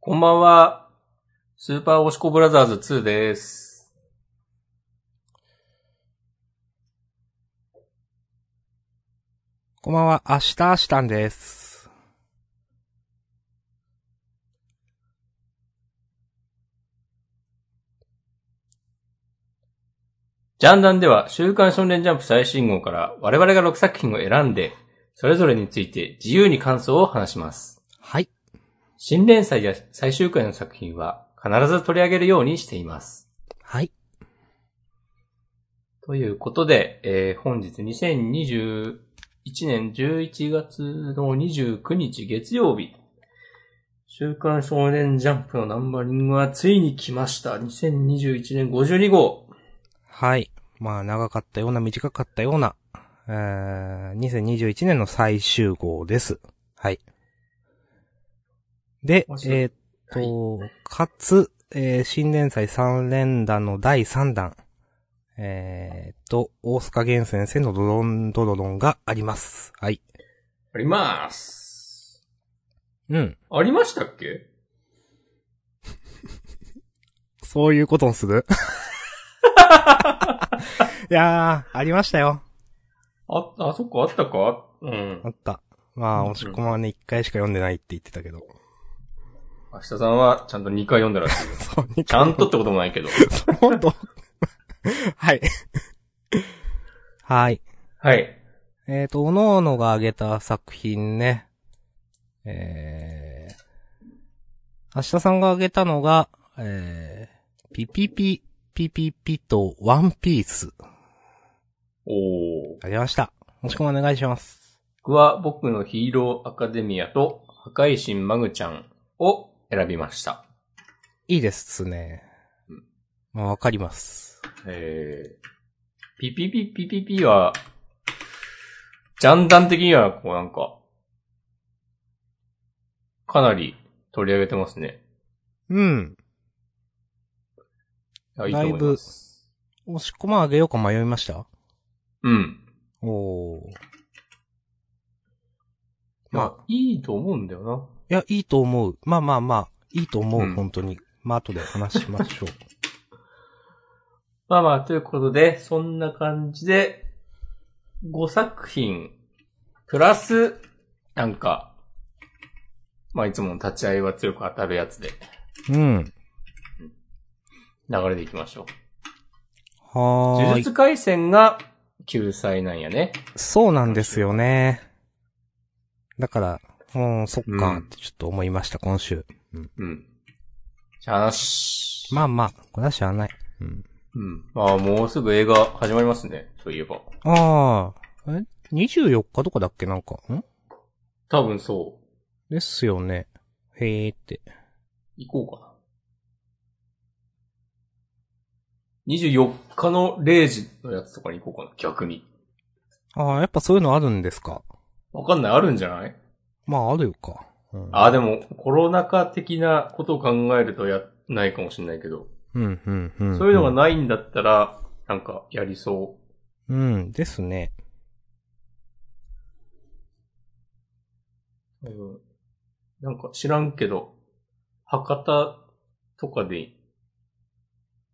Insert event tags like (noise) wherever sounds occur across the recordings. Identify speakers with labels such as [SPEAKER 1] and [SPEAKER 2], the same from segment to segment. [SPEAKER 1] こんばんは。スーパーオシコブラザーズ2です。
[SPEAKER 2] こんばんは、明日明日んです。
[SPEAKER 1] ジャンダンでは、週刊少年ジャンプ最新号から我々が6作品を選んで、それぞれについて自由に感想を話します。
[SPEAKER 2] はい。
[SPEAKER 1] 新連載や最終回の作品は必ず取り上げるようにしています。
[SPEAKER 2] はい。
[SPEAKER 1] ということで、えー本日2021年11月の29日月曜日、週刊少年ジャンプのナンバリングはついに来ました。2021年52号。
[SPEAKER 2] はい。まあ、長かったような、短かったような、えー、2021年の最終号です。はい。で
[SPEAKER 1] 面、白い
[SPEAKER 2] えーっと、かつ、えー新連載3連弾の第3弾、えーっと、大塚源先生のドロンドロロンがあります。はい。
[SPEAKER 1] あります。
[SPEAKER 2] うん。
[SPEAKER 1] ありましたっけ
[SPEAKER 2] そういうことにする (laughs) いやー、ありましたよ。
[SPEAKER 1] あ、あそこあったかうん
[SPEAKER 2] あ。った。ま
[SPEAKER 1] う
[SPEAKER 2] あ、
[SPEAKER 1] ん
[SPEAKER 2] 押し込まはね、一回しか読んでないって言ってたけど。 (laughs)
[SPEAKER 1] 明日さんはちゃんと2回読んだらしい。
[SPEAKER 2] そう、二
[SPEAKER 1] ちゃんとってこともないけど。
[SPEAKER 2] 回。ほんと。 (laughs) はい。はい。
[SPEAKER 1] (laughs) はい。
[SPEAKER 2] えっ、と、おのおのが挙げた作品ね。えー、明日さんが挙げたのが、えー、ピピピ、ピピピとワンピース。
[SPEAKER 1] おー。
[SPEAKER 2] あげました。もしくはお願いします。
[SPEAKER 1] 僕は僕のヒーローアカデミアと破壊神マグちゃんを選びました。
[SPEAKER 2] いいですね
[SPEAKER 1] うん。
[SPEAKER 2] まあ、わかります。
[SPEAKER 1] えー、ピピピピピピは、ジャンダン的には、こうなんか、かなり取り上げてますね。
[SPEAKER 2] うん。
[SPEAKER 1] あいいと思います。
[SPEAKER 2] 押し込まあげようか迷いました
[SPEAKER 1] うん。
[SPEAKER 2] おお。
[SPEAKER 1] ま
[SPEAKER 2] まあ、
[SPEAKER 1] あ、いいと思うんだよな。
[SPEAKER 2] いや、いいと思う。まあまあまあ、いいと思う、
[SPEAKER 1] うん
[SPEAKER 2] 本当に。まあ、後で話しましょう。
[SPEAKER 1] まあまあ、ということで、そんな感じで、5作品、プラス、なんか、まあいつもの立ち合いは強く当たるやつで、 (laughs)
[SPEAKER 2] うん。
[SPEAKER 1] 流れでいきましょう。呪
[SPEAKER 2] はーい。
[SPEAKER 1] 術回戦が救済なんやね。
[SPEAKER 2] そうなんですよね。だから、うん、そっ
[SPEAKER 1] う
[SPEAKER 2] か、
[SPEAKER 1] ん
[SPEAKER 2] ってちょっと思いました、今週。
[SPEAKER 1] うん。じゃあ、話。
[SPEAKER 2] まあまあ、これは知らない。うん。
[SPEAKER 1] うん。まあ、もうすぐ映画始まりますね。そういえば。
[SPEAKER 2] ああ、え ?24 日とかだっけなんか。ん
[SPEAKER 1] 多分そう。
[SPEAKER 2] ですよね。へーって。
[SPEAKER 1] 行こうかな。24日の0時のやつとかに行こうかな。逆に。
[SPEAKER 2] ああ、やっぱそういうのあるんですか。
[SPEAKER 1] わかんない。あるんじゃない
[SPEAKER 2] まあ、あるよか。うん
[SPEAKER 1] ああ、でも、コロナ禍的なことを考えるとや、ないかもしれないけど。
[SPEAKER 2] うん、うん、うん。
[SPEAKER 1] そういうのがないんだったら、なんか、やりそ
[SPEAKER 2] うん、ですね。
[SPEAKER 1] う。うんなんか、知らんけど、博多とかで、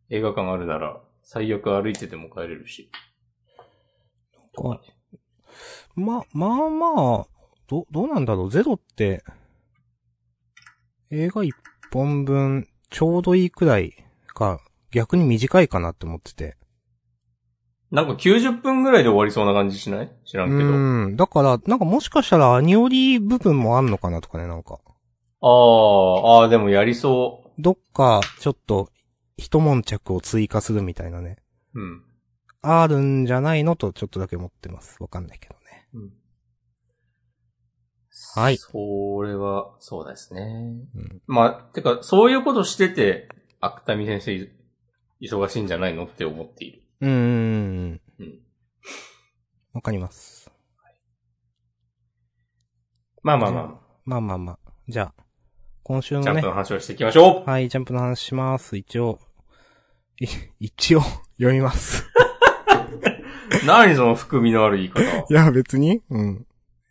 [SPEAKER 1] 映画館あるなら、最悪歩いてても帰れるし。とかね
[SPEAKER 2] ま、まあまあ、ど、どうなんだろう。ゼロって、映画一本分、ちょうどいいくらいか、逆に短いかなって思ってて。
[SPEAKER 1] なんか90分ぐらいで終わりそうな感じしない知ら
[SPEAKER 2] うん
[SPEAKER 1] けど。
[SPEAKER 2] ん。だから、なんかもしかしたら、アニオリ部分もあんのかなとかね、なんか。
[SPEAKER 1] あー、あー、でもやりそ
[SPEAKER 2] どっか、ちょっと、一悶着を追加するみたいなね。
[SPEAKER 1] う。うん。
[SPEAKER 2] あるんじゃないのと、ちょっとだけ思ってます。わかんないけどね。
[SPEAKER 1] うん
[SPEAKER 2] はい
[SPEAKER 1] それは、そうですね。
[SPEAKER 2] うん。
[SPEAKER 1] まあ、てか、そういうことしてて、芥見先生い、忙しいんじゃないのって思っている。
[SPEAKER 2] うーん。
[SPEAKER 1] うん。
[SPEAKER 2] わかります。
[SPEAKER 1] まあまあまあ、
[SPEAKER 2] まあまあまあ。じゃあ、今週
[SPEAKER 1] ジ
[SPEAKER 2] の
[SPEAKER 1] ャン
[SPEAKER 2] ね
[SPEAKER 1] プ、の話をしていきましょう
[SPEAKER 2] はい、ジャンプの話します。一応、い (laughs) 一応、読みます。
[SPEAKER 1] 何その含みのある言い方。
[SPEAKER 2] (laughs) いや、別にうん。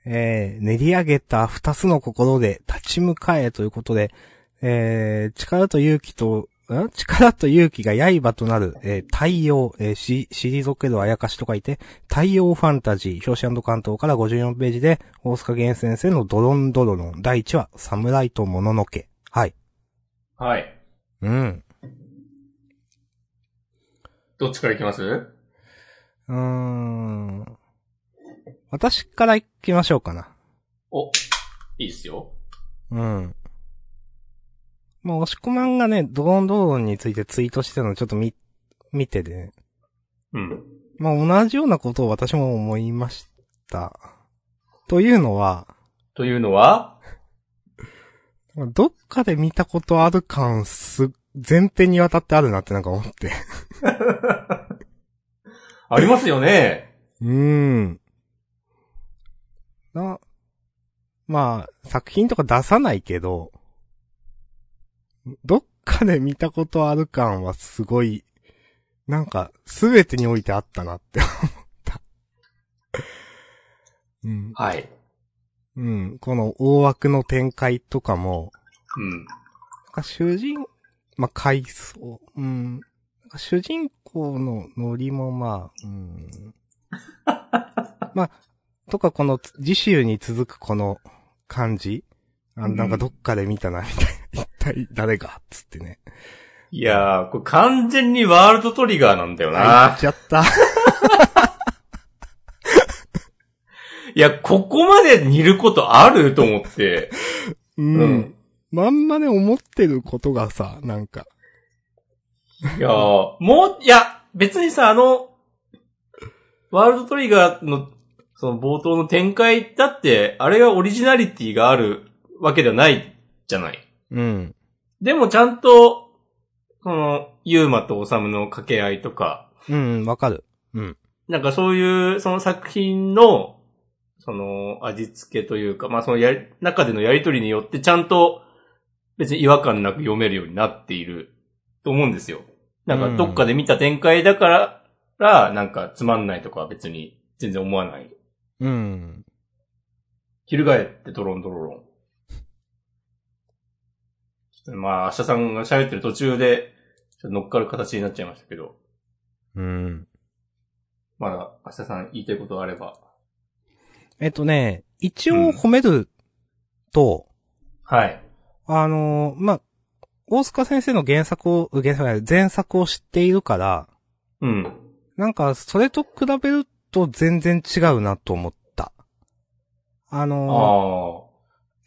[SPEAKER 2] えー、練り上げた二つの心で立ち向かえということで、えー、力と勇気と、ん力と勇気が刃となる、えー、太陽、えー、し、退けるあやかしと書いて、太陽ファンタジー、表紙関東から54ページで、大塚源先生のドロンドロロン、第1話、侍ともののけ。はい。
[SPEAKER 1] はい。
[SPEAKER 2] うん。
[SPEAKER 1] どっちからいきます
[SPEAKER 2] うーん。私から行きましょうかな。
[SPEAKER 1] お、いいっすよ。
[SPEAKER 2] うん。まあ、押し込まんがね、ドロンドロンについてツイートしてたのをちょっと見、見てで、ね、
[SPEAKER 1] うん。
[SPEAKER 2] まあ、同じようなことを私も思いました。というのは、
[SPEAKER 1] というのは
[SPEAKER 2] どっかで見たことある感す、前編にわたってあるなってなんか思って。
[SPEAKER 1] ありますよね。
[SPEAKER 2] うーん。な、まあ、作品とか出さないけど、どっかで見たことある感はすごい、なんか、すべてにおいてあったなって思った。 (laughs) うん。
[SPEAKER 1] はい。
[SPEAKER 2] うん。この大枠の展開とかも、
[SPEAKER 1] うん。
[SPEAKER 2] なんか主人、まあ、回想、うん。なんか主人公のノリもまあ、 (laughs) うん。まあ、とかこの次週に続くこの感じ。あ
[SPEAKER 1] うん
[SPEAKER 2] なんかどっかで見たな、みたいな。一体誰がつってね。
[SPEAKER 1] いやー、これ完全にワールドトリガーなんだよ
[SPEAKER 2] あ、行
[SPEAKER 1] な
[SPEAKER 2] っ。ちゃった。
[SPEAKER 1] いや、ここまで似ることあると思って。
[SPEAKER 2] うん。
[SPEAKER 1] うん。
[SPEAKER 2] まんまね、思ってることがさ、なんか。
[SPEAKER 1] いやー、もう、いや、別にさ、あの、ワールドトリガーの、その冒頭の展開だって、あれがオリジナリティがあるわけではないじゃない。
[SPEAKER 2] うん。
[SPEAKER 1] でもちゃんと、その、ユーマとオサムの掛け合いとか、
[SPEAKER 2] うん、わかる。うん。
[SPEAKER 1] なんかそういう、その作品の、その、味付けというか、まあそのやり、中でのやりとりによってちゃんと、別に違和感なく読めるようになっていると思うんですよ。なん
[SPEAKER 2] うん
[SPEAKER 1] かどっかで見た展開だから、らなんかつまんないとかは別に全然思わない。
[SPEAKER 2] うん。
[SPEAKER 1] 翻ってドロンドロロン。ちょっとまあ、明日さんが喋ってる途中で、ちょっと乗っかる形になっちゃいましたけど、
[SPEAKER 2] うん。
[SPEAKER 1] まだ明日さん言いたいことがあれば。
[SPEAKER 2] えっとね、一応褒めると、
[SPEAKER 1] はい。
[SPEAKER 2] あのーまあ、大塚先生の原作を、原作じゃない前作を知っているから、
[SPEAKER 1] うん。
[SPEAKER 2] なんか、それと比べると全然違うなと思った。あ
[SPEAKER 1] あ
[SPEAKER 2] の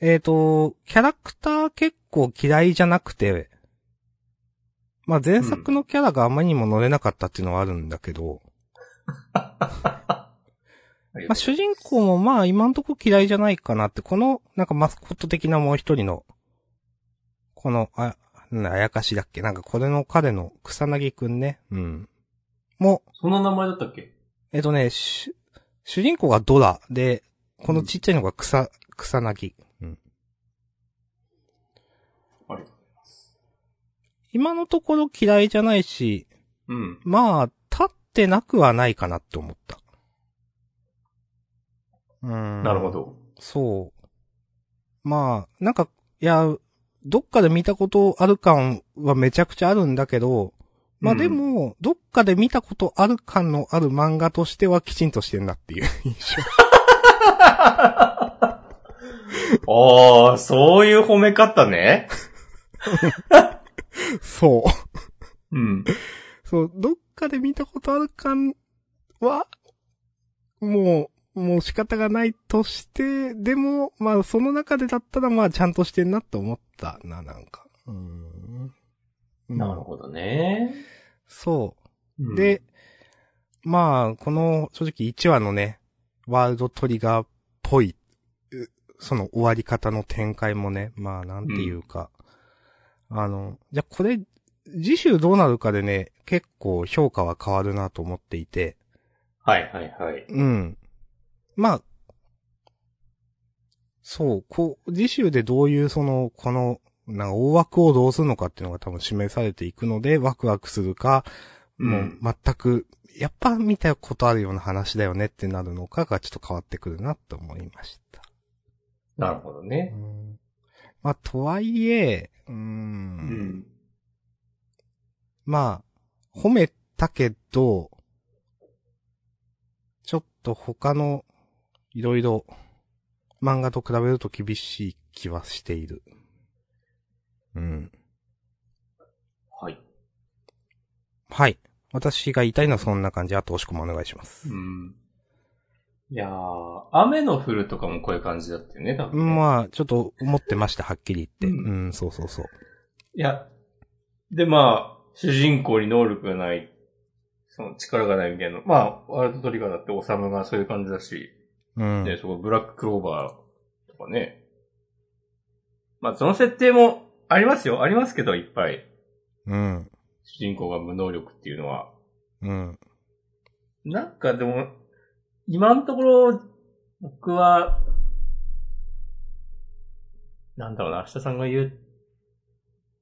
[SPEAKER 1] あ。
[SPEAKER 2] ーえっ、と、キャラクター結構嫌いじゃなくて、まあ、前作のキャラがあまりにも乗れなかったっていうのはあるんだけど、まあ、主人公もまあ今んとこ嫌いじゃないかなって、この、なんかマスコット的なもう一人の、この、あ、なんだあやかしだっけなんかこれの彼の草薙くんね。うん。も
[SPEAKER 1] そんな名前だったっけ
[SPEAKER 2] う、えっとね、主、主人公がドラで、このちっちゃいのが草、草薙。うん。
[SPEAKER 1] ありがとう
[SPEAKER 2] 今のところ嫌いじゃないし、
[SPEAKER 1] うん。
[SPEAKER 2] まあ、立ってなくはないかなって思った。うん。
[SPEAKER 1] なるほど。
[SPEAKER 2] そう。まあ、なんか、いや、どっかで見たことある感はめちゃくちゃあるんだけど、まあ
[SPEAKER 1] うん
[SPEAKER 2] でも、どっかで見たことある感のある漫画としてはきちんとしてんなっ
[SPEAKER 1] (laughs)
[SPEAKER 2] ていう印象。
[SPEAKER 1] ああ、そういう褒め方ね。
[SPEAKER 2] そ
[SPEAKER 1] う
[SPEAKER 2] う。
[SPEAKER 1] ん。
[SPEAKER 2] そう、どっかで見たことある感は、もう、もう仕方がないとして、でも、まあその中でだったらまあちゃんとしてんなって思ったな、なんか。うん。
[SPEAKER 1] なる
[SPEAKER 2] ど。
[SPEAKER 1] ほどね。
[SPEAKER 2] そう。
[SPEAKER 1] うん、
[SPEAKER 2] で、まあ、この、正直1話のね、ワールドトリガーっぽい、うその終わり方の展開もね、まあ、なんていうか、あの、じゃあこれ、次週どうなるかでね、結構評価は変わるなと思っていて、
[SPEAKER 1] はいはいはい。
[SPEAKER 2] うん。まあ、そう、こう、次週でどういうその、この、なんか大枠をどうするのかっていうのが多分示されていくので、ワクワクするか、もう全く、やっぱ見たことあるような話だよねってなるのかがちょっと変わってくるなと思いました。
[SPEAKER 1] なるほどね。
[SPEAKER 2] まあ、とはいえ、うう
[SPEAKER 1] う
[SPEAKER 2] ー。
[SPEAKER 1] んん。
[SPEAKER 2] まあ、褒めたけど、ちょっと他の、いろいろ、漫画と比べると厳しい気はしている。うん。
[SPEAKER 1] はい。
[SPEAKER 2] はい。私が言いたいのはそんな感じ。あと、押し込もお願いします。
[SPEAKER 1] うん。いやー、雨の降るとかもこういう感じだったよね、多分、ね。
[SPEAKER 2] まあ、ちょっと思ってました、はっきり言って。
[SPEAKER 1] う
[SPEAKER 2] うん、そうそうそう。
[SPEAKER 1] いや、でまあ、主人公に能力がない、その力がないみたいな。まあ、ワールドトリガーだってオサムがそういう感じだし、
[SPEAKER 2] うん。
[SPEAKER 1] で、そこブラッククローバーとかね。まあ、その設定もありますよ。ありますけど、いっぱい。
[SPEAKER 2] うん。
[SPEAKER 1] 主人公が無能力っていうのは。
[SPEAKER 2] うん。
[SPEAKER 1] なんかでも、今のところ、僕は、なんだろうな、明日さんが言う、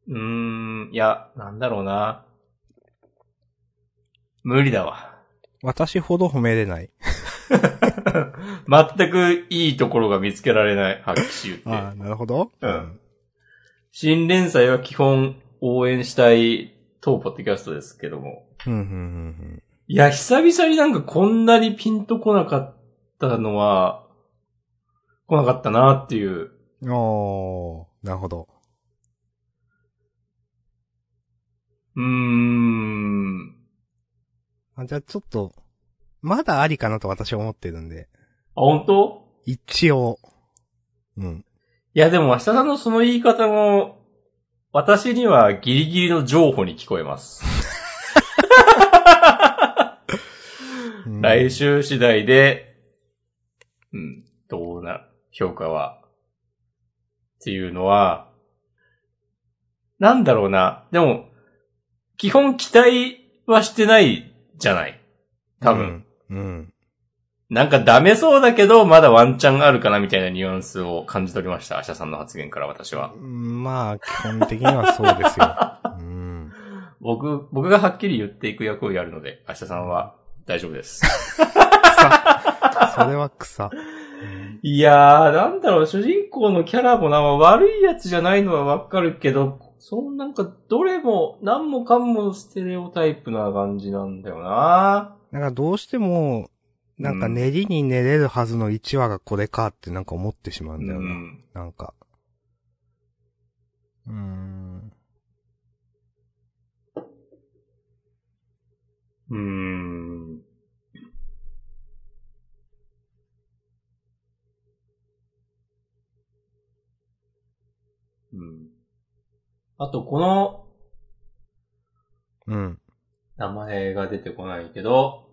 [SPEAKER 1] うーん、いや、なんだろうな。無理だわ。 (laughs)
[SPEAKER 2] 私ほど褒めれない。
[SPEAKER 1] 全くいいところが見つけられない、白州って。
[SPEAKER 2] ああ、なるほど。
[SPEAKER 1] うん。新連載は基本応援したい当ポッドキャストですけども。
[SPEAKER 2] うん、うん、うん
[SPEAKER 1] いや、久々になんかこんなにピンとこなかったのは、来なかったなっていう。
[SPEAKER 2] うん。おー、なるほど。
[SPEAKER 1] うーん。
[SPEAKER 2] あ、じゃあちょっと、まだありかなと私は思ってるんで。
[SPEAKER 1] あ、本当
[SPEAKER 2] 一応。うん。
[SPEAKER 1] いや、でも明日さんのその言い方も、私にはギリギリの譲歩に聞こえます。
[SPEAKER 2] うん
[SPEAKER 1] 来。週次第で、うん、どうな、評価は、っていうのは、なんだろうな。でも、基本期待はしてないじゃない。多分。
[SPEAKER 2] うん。うん。
[SPEAKER 1] なんかダメそうだけど、まだワンチャンあるかなみたいなニュアンスを感じ取りました。アシャさんの発言から私は。
[SPEAKER 2] まあ、基本的にはそうで
[SPEAKER 1] (laughs)
[SPEAKER 2] すよ。うん。
[SPEAKER 1] 僕、僕がはっきり言っていく役をやるので、アシャさんは大丈夫です。
[SPEAKER 2] それは草。
[SPEAKER 1] いやー、なんだろう、主人公のキャラもな、悪いやつじゃないのはわかるけど、そのなんか、どれも、何もかもステレオタイプな感じなんだよな
[SPEAKER 2] なんかどうしても、なんか練りに練れるはずの1話がこれかってなんか思ってしまう
[SPEAKER 1] うん
[SPEAKER 2] だよな。
[SPEAKER 1] ん。
[SPEAKER 2] なんか。うーん。
[SPEAKER 1] うーん。うん。あと、この、
[SPEAKER 2] うん。
[SPEAKER 1] 名前が出てこないけど、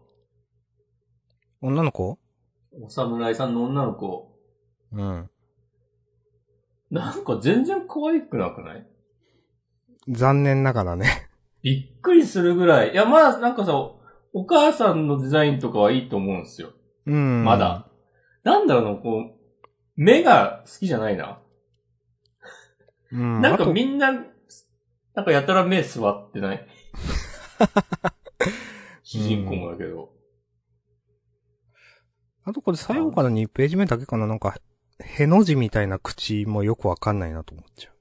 [SPEAKER 2] 女の子
[SPEAKER 1] お侍さんの女の子、
[SPEAKER 2] うん。
[SPEAKER 1] なんか全然可愛くなくない
[SPEAKER 2] 残念ながらね。
[SPEAKER 1] びっくりするぐらい。いや、まあ、なんかさ、お母さんのデザインとかはいいと思うんですよ。
[SPEAKER 2] うん。
[SPEAKER 1] まだ。。なんだろうな、こう、目が好きじゃないな。
[SPEAKER 2] うん。
[SPEAKER 1] なん
[SPEAKER 2] あ
[SPEAKER 1] か
[SPEAKER 2] と
[SPEAKER 1] みんな、なんかやたら目座ってない
[SPEAKER 2] (laughs)
[SPEAKER 1] 主人公もだけど。
[SPEAKER 2] あとこれ最後から2ページ目だけかななんか、への字みたいな口もよくわかんないなと思っちゃ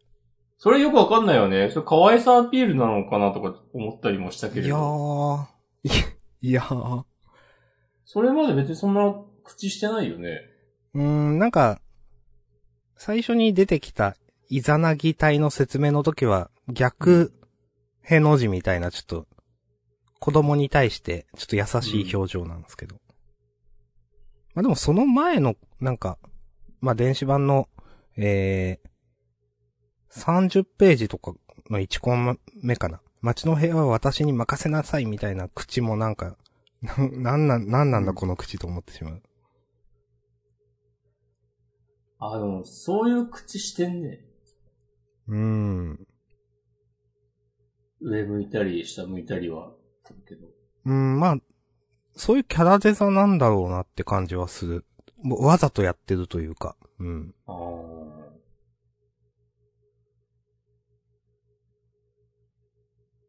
[SPEAKER 1] それよくわかんないよね。それ可愛さアピールなのかなとか思ったりもした
[SPEAKER 2] う。
[SPEAKER 1] けれ
[SPEAKER 2] いや
[SPEAKER 1] ど。
[SPEAKER 2] ー。いやいやー。
[SPEAKER 1] それまで別にそんな口してないよね。
[SPEAKER 2] うーん、なんか、最初に出てきた、イザナギ隊の説明の時は、逆、への字みたいな、ちょっと、子供に対して、ちょっと優しい表情なんですけど。まあでも、その前の、なんか、まあ電子版の、えー、30ページとかの1コン目かな。街の平和は私に任せなさいみたいな口もなんか、 (laughs) な、なんなん、なんなんだこの口と思ってしまう。
[SPEAKER 1] あ、でも、そういう口してんね。
[SPEAKER 2] うーん。
[SPEAKER 1] 上向いたり、下向いたりは、するけど。
[SPEAKER 2] うん、まあ、そういうキャラデザなんだろうなって感じはする。もうわざとやってるというか。うん。
[SPEAKER 1] ああ。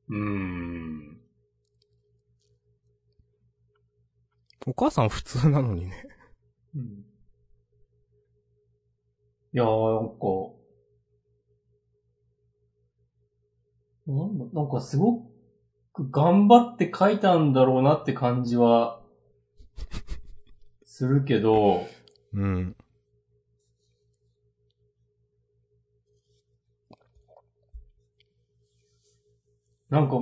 [SPEAKER 1] うーん。
[SPEAKER 2] お母さん普通なのにね。
[SPEAKER 1] うんいやー、なんか、なんだなんかすごく頑張って書いたんだろうなって感じは、するけど、
[SPEAKER 2] うん。
[SPEAKER 1] なんか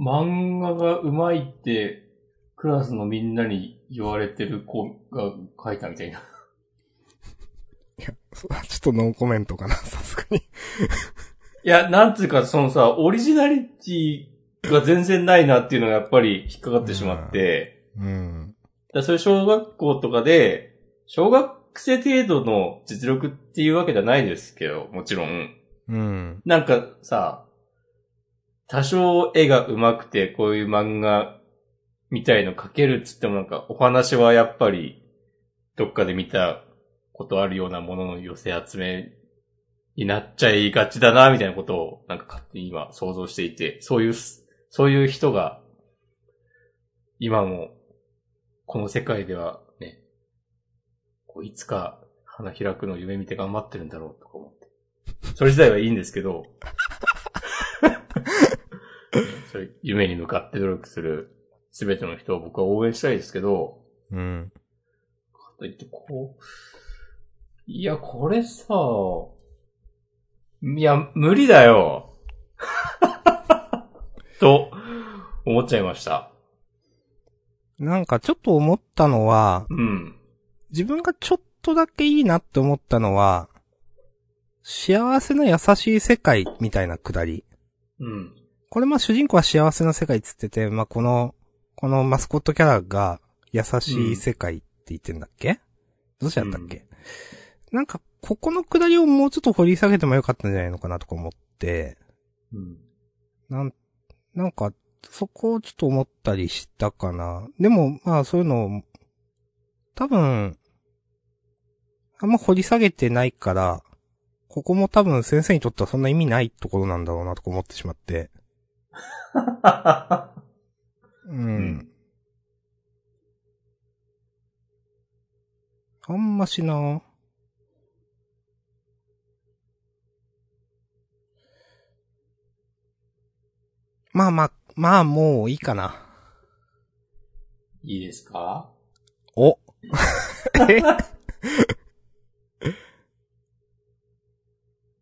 [SPEAKER 1] 漫画が上手いって、クラスのみんなに言われてる子が書いたみ (laughs) たいな。
[SPEAKER 2] いや、そちょっとノーコメントかな、 (laughs) さすがに。
[SPEAKER 1] いや、なんつうか、そのさ、オリジナリティが全然ないなっていうのがやっぱり引っかかってしまって、
[SPEAKER 2] うん。
[SPEAKER 1] だからそういう小学校とかで、小学生程度の実力っていうわけじゃないですけど、もちろん。
[SPEAKER 2] うん。
[SPEAKER 1] なんかさ、多少絵が上手くて、こういう漫画みたいの描けるっつってもなんか、お話はやっぱり、どっかで見たことあるようなものの寄せ集めになっちゃいがちだな、みたいなことを、なんか勝手に今想像していて、そういうす、そういう人が、今も、この世界ではね、こういつか花開くのを夢見て頑張ってるんだろうとか思って。それ自体はいいんですけど、 (laughs) それ夢に向かって努力するすべての人を僕は応援したいですけど、
[SPEAKER 2] うん。
[SPEAKER 1] かといってこう、いや、これさ、いや、無理だよ。 (laughs) と、思っちゃいました。
[SPEAKER 2] なんかちょっと思ったのは、
[SPEAKER 1] うん。
[SPEAKER 2] 自分がちょっとだけいいなって思ったのは、幸せの優しい世界みたいなくだり。
[SPEAKER 1] うん。
[SPEAKER 2] これまあ主人公は幸せの世界っつってて、まあこの、このマスコットキャラが優しい世界って言ってんだっけ、どうしちゃったっけ、なんかここのくだりをもうちょっと掘り下げてもよかったんじゃないのかなとか思って、
[SPEAKER 1] (laughs) うん。
[SPEAKER 2] なん、なんか、そこをちょっと思ったりしたかな。でも、まあそういうのを、多分、あんま掘り下げてないから、ここも多分先生にとってはそんな意味ないところなんだろうなとか思ってしまって。うん。
[SPEAKER 1] ん
[SPEAKER 2] あんましなまあまあ、まあもういいかな。
[SPEAKER 1] いいですか
[SPEAKER 2] お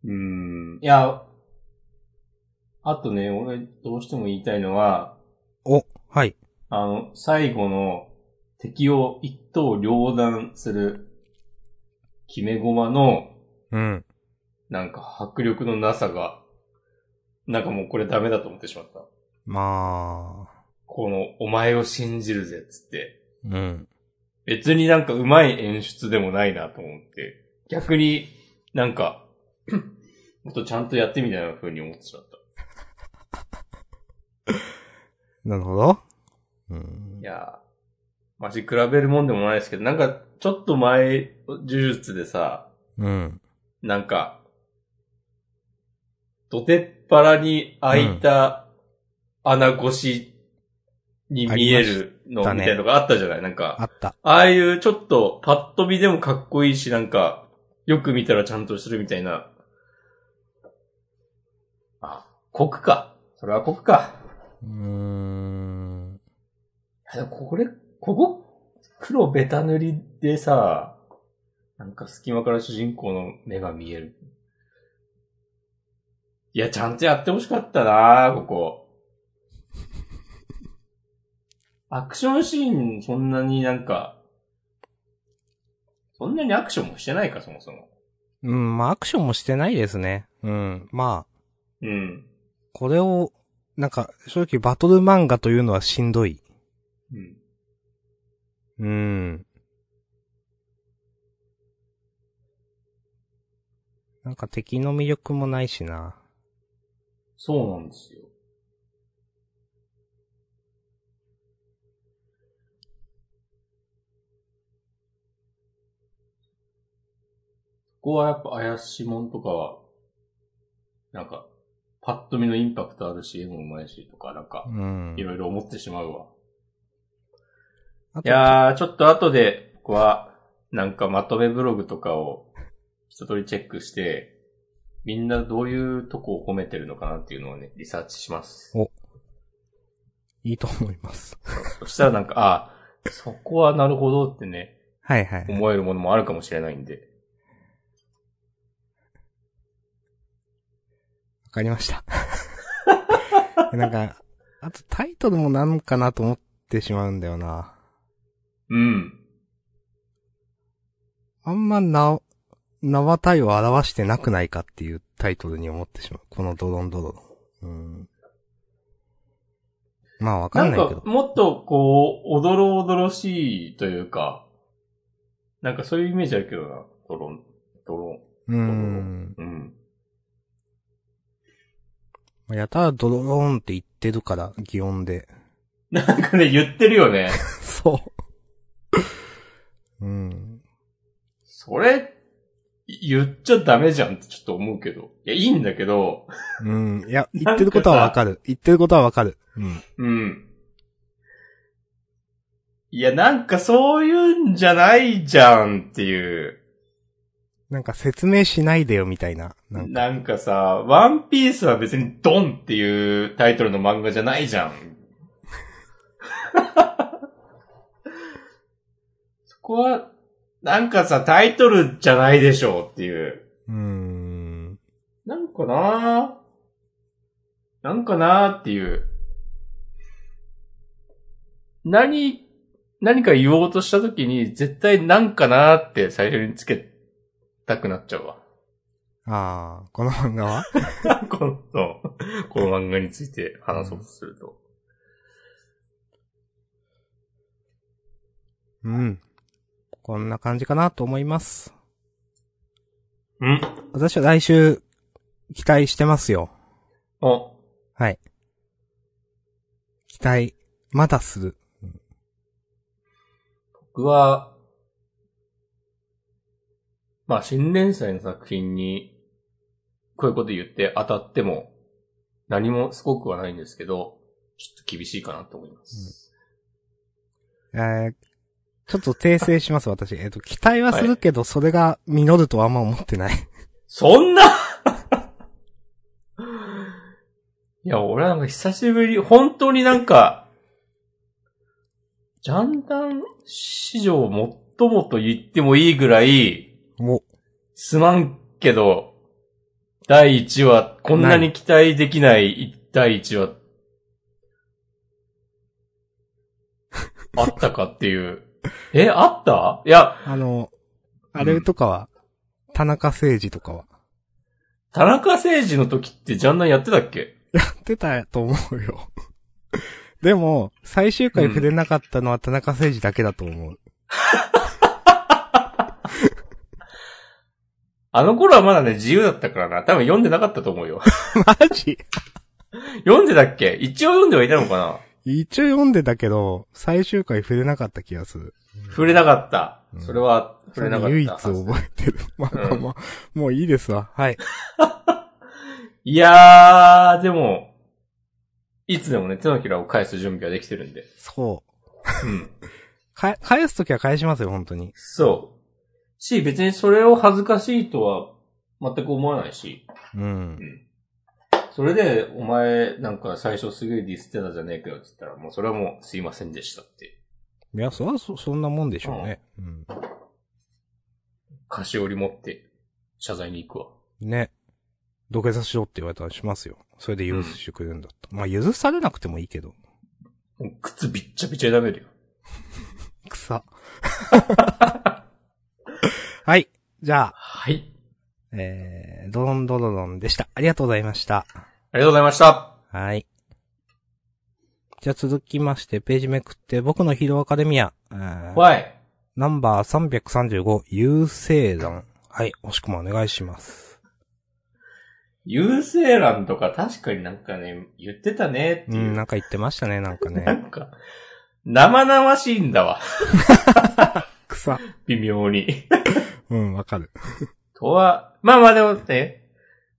[SPEAKER 1] うん。いや、あとね、俺、どうしても言いたいのは、
[SPEAKER 2] お、はい。
[SPEAKER 1] あの、最後の敵を一刀両断する、決め駒の、
[SPEAKER 2] うん。
[SPEAKER 1] なんか迫力のなさが、なんかもうこれダメだと思ってしまった。
[SPEAKER 2] まあ、
[SPEAKER 1] この、お前を信じるぜ、つって。
[SPEAKER 2] うん。
[SPEAKER 1] 別になんか上手い演出でもないなと思って。逆になんか、 (clears throat) もっとちゃんとやってみたいな風に思ってしまった。
[SPEAKER 2] なるほど。うん
[SPEAKER 1] い。やー、マジ比べるもんでもないですけど、なんか、ちょっと前、呪術でさ、
[SPEAKER 2] うん。
[SPEAKER 1] なんか、どてっぱらに開いた穴越しに見えるの
[SPEAKER 2] あり
[SPEAKER 1] みた
[SPEAKER 2] ましたね
[SPEAKER 1] いなのがあったじゃない、なん
[SPEAKER 2] あ
[SPEAKER 1] か、
[SPEAKER 2] った。
[SPEAKER 1] ああいうちょっとパッと見でもかっこいいし、なんか、よく見たらちゃんとしてるみたいな。あ、国か。それは国か。
[SPEAKER 2] うーん。
[SPEAKER 1] いやでもこれ、ここ、黒ベタ塗りでさ、なんか隙間から主人公の目が見える。いや、ちゃんとやってほしかったなここ。アクションシーン、そんなになんか、そんなにアクションもしてないか、そもそも。
[SPEAKER 2] うん、まあアクションもしてないですね。うん。まあ、
[SPEAKER 1] うん。
[SPEAKER 2] これを、なんか、正直バトル漫画というのはしんどい。
[SPEAKER 1] うん。
[SPEAKER 2] うん。なんか敵の魅力もないしな。
[SPEAKER 1] そうなんですよ。ここはやっぱ怪しいもんとかは、なんか、パッと見のインパクトあるし、絵もうまいしとか、なんか
[SPEAKER 2] う、ん
[SPEAKER 1] い。ろいろ思ってしまうわ。
[SPEAKER 2] あ
[SPEAKER 1] い
[SPEAKER 2] と
[SPEAKER 1] やー、ちょっと後で、ここは、なんかまとめブログとかを、一通りチェックして、みんなどういうとこを褒めてるのかなっていうのをね、リサーチします。
[SPEAKER 2] いいと思います。 (laughs)
[SPEAKER 1] そしたらなんか、ああ、そこはなるほどってね、
[SPEAKER 2] はいはい。
[SPEAKER 1] 思えるものもあるかもしれないんで。
[SPEAKER 2] わかりました。 (laughs) なんか、あとタイトルもなんかなと思ってしまうんだよな。
[SPEAKER 1] うん。
[SPEAKER 2] あんまな、縄体を表してなくないかっていうタイトルに思ってしまう。このドロンドロン。うん。まあわかんないけ
[SPEAKER 1] ん
[SPEAKER 2] ど
[SPEAKER 1] か、。もっとこう、おどろおどろしいというか、なんかそういうイメージあるけどな。ドロン、ドロ
[SPEAKER 2] うーん。
[SPEAKER 1] ン。うん。
[SPEAKER 2] やたらドローンって言ってるから、擬音 (laughs) で。
[SPEAKER 1] なんかね、言ってるよね。
[SPEAKER 2] そう。うん。
[SPEAKER 1] それ、言っちゃダメじゃんってちょっと思うけど。いや、いいんだけど、
[SPEAKER 2] うん。いや、言ってることはわかる。言ってることはわかる。うん。
[SPEAKER 1] うん。いや、なんかそういうんじゃないじゃんっていう。
[SPEAKER 2] なんか説明しないでよみたいな。なんか
[SPEAKER 1] なんかさ、ワンピースは別にドンっていうタイトルの漫画じゃないじゃん。 (laughs) そこは、なんかさ、タイトルじゃないでしょうっていう。
[SPEAKER 2] うーん。
[SPEAKER 1] なんかなぁ。なんかなぁっていう。何、何か言おうとしたときに、絶対なんかなぁって最初につけたくなっちゃうわ。
[SPEAKER 2] ああ、この漫画 (laughs) は
[SPEAKER 1] この、そうこの漫画について話そうとすると。
[SPEAKER 2] うん。こんな感じかなと思います。
[SPEAKER 1] うん。
[SPEAKER 2] 私は来週、期待してますよ。
[SPEAKER 1] お、
[SPEAKER 2] はい。期待、まだする。
[SPEAKER 1] 僕は、まあ、新連載の作品に、こういうこと言って当たっても、何もすごくはないんですけど、ちょっと厳しいかなと思います。
[SPEAKER 2] えー、ちょっと訂正します、私。えっ、と、期待はするけど、それが実るとはあんま思ってない。
[SPEAKER 1] そんないや、俺はなんか久しぶり、本当になんか、ジャンダン史上最もと言ってもいいぐらい、
[SPEAKER 2] お、
[SPEAKER 1] すまんけど、第1話、こんなに期待できない第1話、あったかっていう。え、あったいや、
[SPEAKER 2] あの、あれとかは、田中誠二とかは。
[SPEAKER 1] 田中誠二の時ってジャンダンやってたっけ
[SPEAKER 2] 出たと思うよ。でも、最終回触れなかったのは田中誠二だけだと思う。
[SPEAKER 1] あの頃はまだね、自由だったからな。多分読んでなかったと思うよ。 (laughs)
[SPEAKER 2] マジ
[SPEAKER 1] 読んでたっけ一応読んではいたのかな
[SPEAKER 2] 一応読んでたけど、最終回触れなかった気がする。
[SPEAKER 1] 触れなかった
[SPEAKER 2] う。ん
[SPEAKER 1] それは、触れなかった。
[SPEAKER 2] 唯一覚えてる。まあまあまあ、もういいですわ。はい。
[SPEAKER 1] いやー、でも、いつでもね、手のひらを返す準備はできてるんで。
[SPEAKER 2] そう。
[SPEAKER 1] うん。
[SPEAKER 2] (laughs) か、返すときは返しますよ、本当に。
[SPEAKER 1] そう。し、別にそれを恥ずかしいとは全く思わないし、
[SPEAKER 2] うん。
[SPEAKER 1] それで、お前なんか最初すげえディスってたじゃねえかよって言ったら、もうそれはもうすいませんでしたって。
[SPEAKER 2] いや、そらそ、そんなもんでしょうね。うん。
[SPEAKER 1] 菓子折り持って、謝罪に行くわ。
[SPEAKER 2] ね。土下座しろって言われたらしますよ。それで許してくれるんだった。まあ、許されなくてもいいけど。
[SPEAKER 1] もう靴びっちゃびちゃに舐めるよ。
[SPEAKER 2] 草。 (laughs) はい。じゃあ、
[SPEAKER 1] はい。
[SPEAKER 2] えー、ドロンドロロンでした。ありがとうございました。
[SPEAKER 1] ありがとうございました。
[SPEAKER 2] はい。じゃあ続きまして、ページめくって、僕のヒーローアカデミア。えー
[SPEAKER 1] わい。
[SPEAKER 2] ナンバー335、優勢団。はい、惜しくもお願いします。
[SPEAKER 1] 優勢欄とか確かになんかね、言ってたねっ
[SPEAKER 2] う
[SPEAKER 1] ていう。
[SPEAKER 2] ん、なんか言ってましたね、なんか
[SPEAKER 1] な (laughs)
[SPEAKER 2] ね。
[SPEAKER 1] んか、生々しいんだわ。 (laughs)
[SPEAKER 2] 草。
[SPEAKER 1] 微妙に。 (laughs)
[SPEAKER 2] うん、わかる。
[SPEAKER 1] とは、まあまあでもね、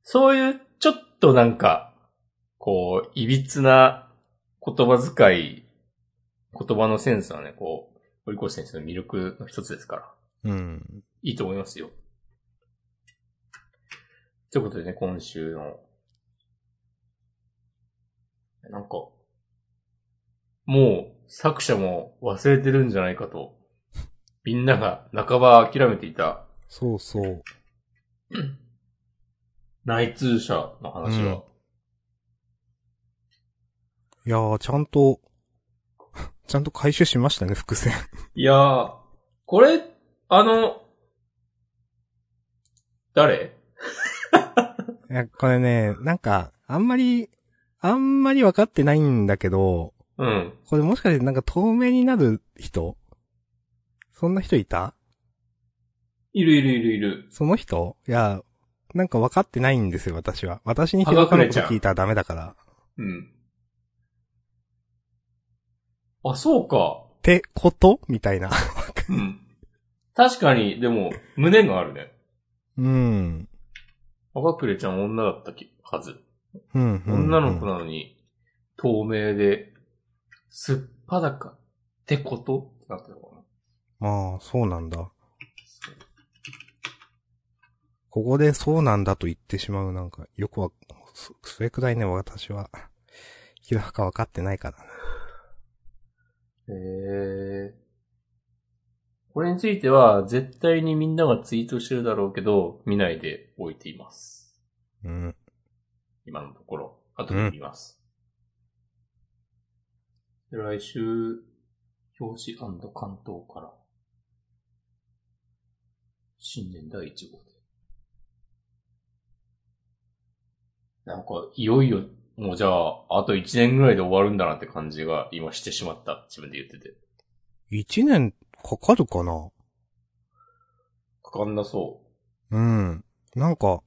[SPEAKER 1] そういうちょっとなんか、こう、いびつな言葉遣い、言葉のセンスはね、こう、堀越先生の魅力の一つですから、
[SPEAKER 2] うん。
[SPEAKER 1] いいと思いますよ。ということでね、今週の。なんか、もう作者も忘れてるんじゃないかと、みんなが半ば諦めていた
[SPEAKER 2] そうそう。
[SPEAKER 1] 内通者の話は、
[SPEAKER 2] いやー、ちゃんと、 (laughs) ちゃんと回収しましたね、伏線。 (laughs)
[SPEAKER 1] いやー、これ、あの、誰
[SPEAKER 2] いや、これね、なんか、あんまり、あんまり分かってないんだけど、
[SPEAKER 1] うん。
[SPEAKER 2] これもしかしてなんか透明になる人そんな人いた
[SPEAKER 1] いるいるいるいる。
[SPEAKER 2] その人いや、なんか分かってないんですよ、私は。私にひどくのこと聞いたらダメだから。
[SPEAKER 1] うん。あ、そうか。
[SPEAKER 2] ってことみたいな。
[SPEAKER 1] うん。確かに、でも、胸があるね。
[SPEAKER 2] うん。
[SPEAKER 1] 赤くれちゃん女だったきはず。
[SPEAKER 2] うん、うん。
[SPEAKER 1] 女の子なのに、透明で、すっぱだかってことってなってるのかな。
[SPEAKER 2] まあ、そうなんだ。ここでそうなんだと言ってしまう、なんか、よくは、そそれくらいね、私は、ひらはか分かってないからな。
[SPEAKER 1] へえ。これについては、絶対にみんながツイートしてるだろうけど、見ないで置いています。
[SPEAKER 2] うん。
[SPEAKER 1] 今のところ。後で見ます。で来週、表紙関東から、新年第1号で。なんか、いよいよ、もうじゃあ、あと1年ぐらいで終わるんだなって感じが今してしまった。自分で言ってて。
[SPEAKER 2] 一年かかるかな
[SPEAKER 1] かかんなそ
[SPEAKER 2] うん。なんか、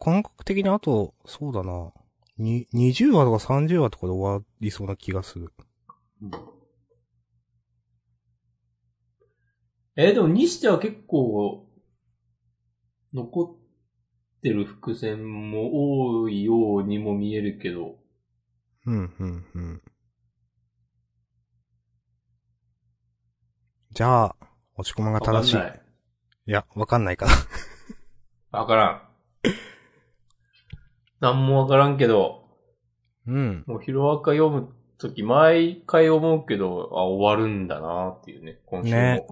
[SPEAKER 2] 感覚的にあと、そうだな。に、20話とか30話とかで終わりそうな気がする。
[SPEAKER 1] う。えーでもにしては結構、残ってる伏線も多いようにも見えるけど、
[SPEAKER 2] うん、うん、うん。じゃあ、落ち込まが
[SPEAKER 1] わか
[SPEAKER 2] 正
[SPEAKER 1] ん
[SPEAKER 2] しい。
[SPEAKER 1] ない。
[SPEAKER 2] いや、わかんないから。
[SPEAKER 1] わからん。 (coughs) なんもわからんけど、
[SPEAKER 2] うん。
[SPEAKER 1] もうヒロアカ読むとき毎回思うけど、あ、終わるんだなっていうね、今週も。
[SPEAKER 2] ね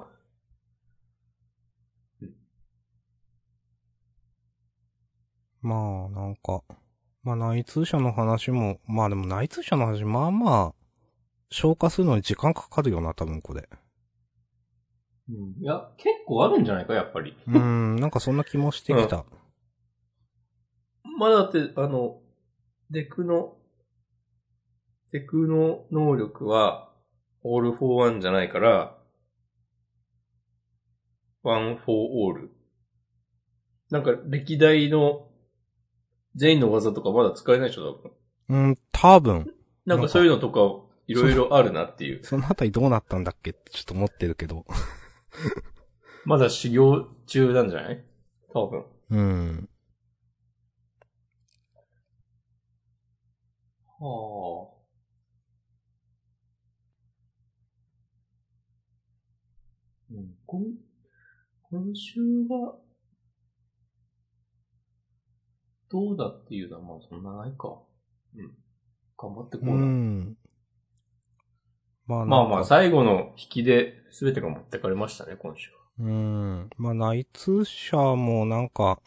[SPEAKER 2] まあ、なんか、まあ内通者の話も、まあでも内通者の話、まあまあ、消化するのに時間かかるよな、多分これ。
[SPEAKER 1] うんいや、結構あるんじゃないか、やっぱり。
[SPEAKER 2] うーん、なんかそんな気もしてきた。
[SPEAKER 1] まあだって、あの、デクの、デクの能力は、オールフォーワンじゃないから、ワンフォーオール。なんか、歴代の、全員の技とかまだ使えないでしょ、多分
[SPEAKER 2] うん、多分。
[SPEAKER 1] なんかそういうのとか、いろいろあるなっていう。
[SPEAKER 2] そのあたりどうなったんだっけってちょっと思ってるけど。
[SPEAKER 1] まだ修行中なんじゃない多分。
[SPEAKER 2] うん。
[SPEAKER 1] はあ。うん、今、今週は、どうだっていうのはまあそんなないか。うん。頑張ってこう
[SPEAKER 2] う
[SPEAKER 1] だ。
[SPEAKER 2] ん。まあ
[SPEAKER 1] まあまあ、
[SPEAKER 2] さ。
[SPEAKER 1] 最後の引きで全てが持ってかれましたね、今週は。
[SPEAKER 2] うん。まあ内通者もなんか、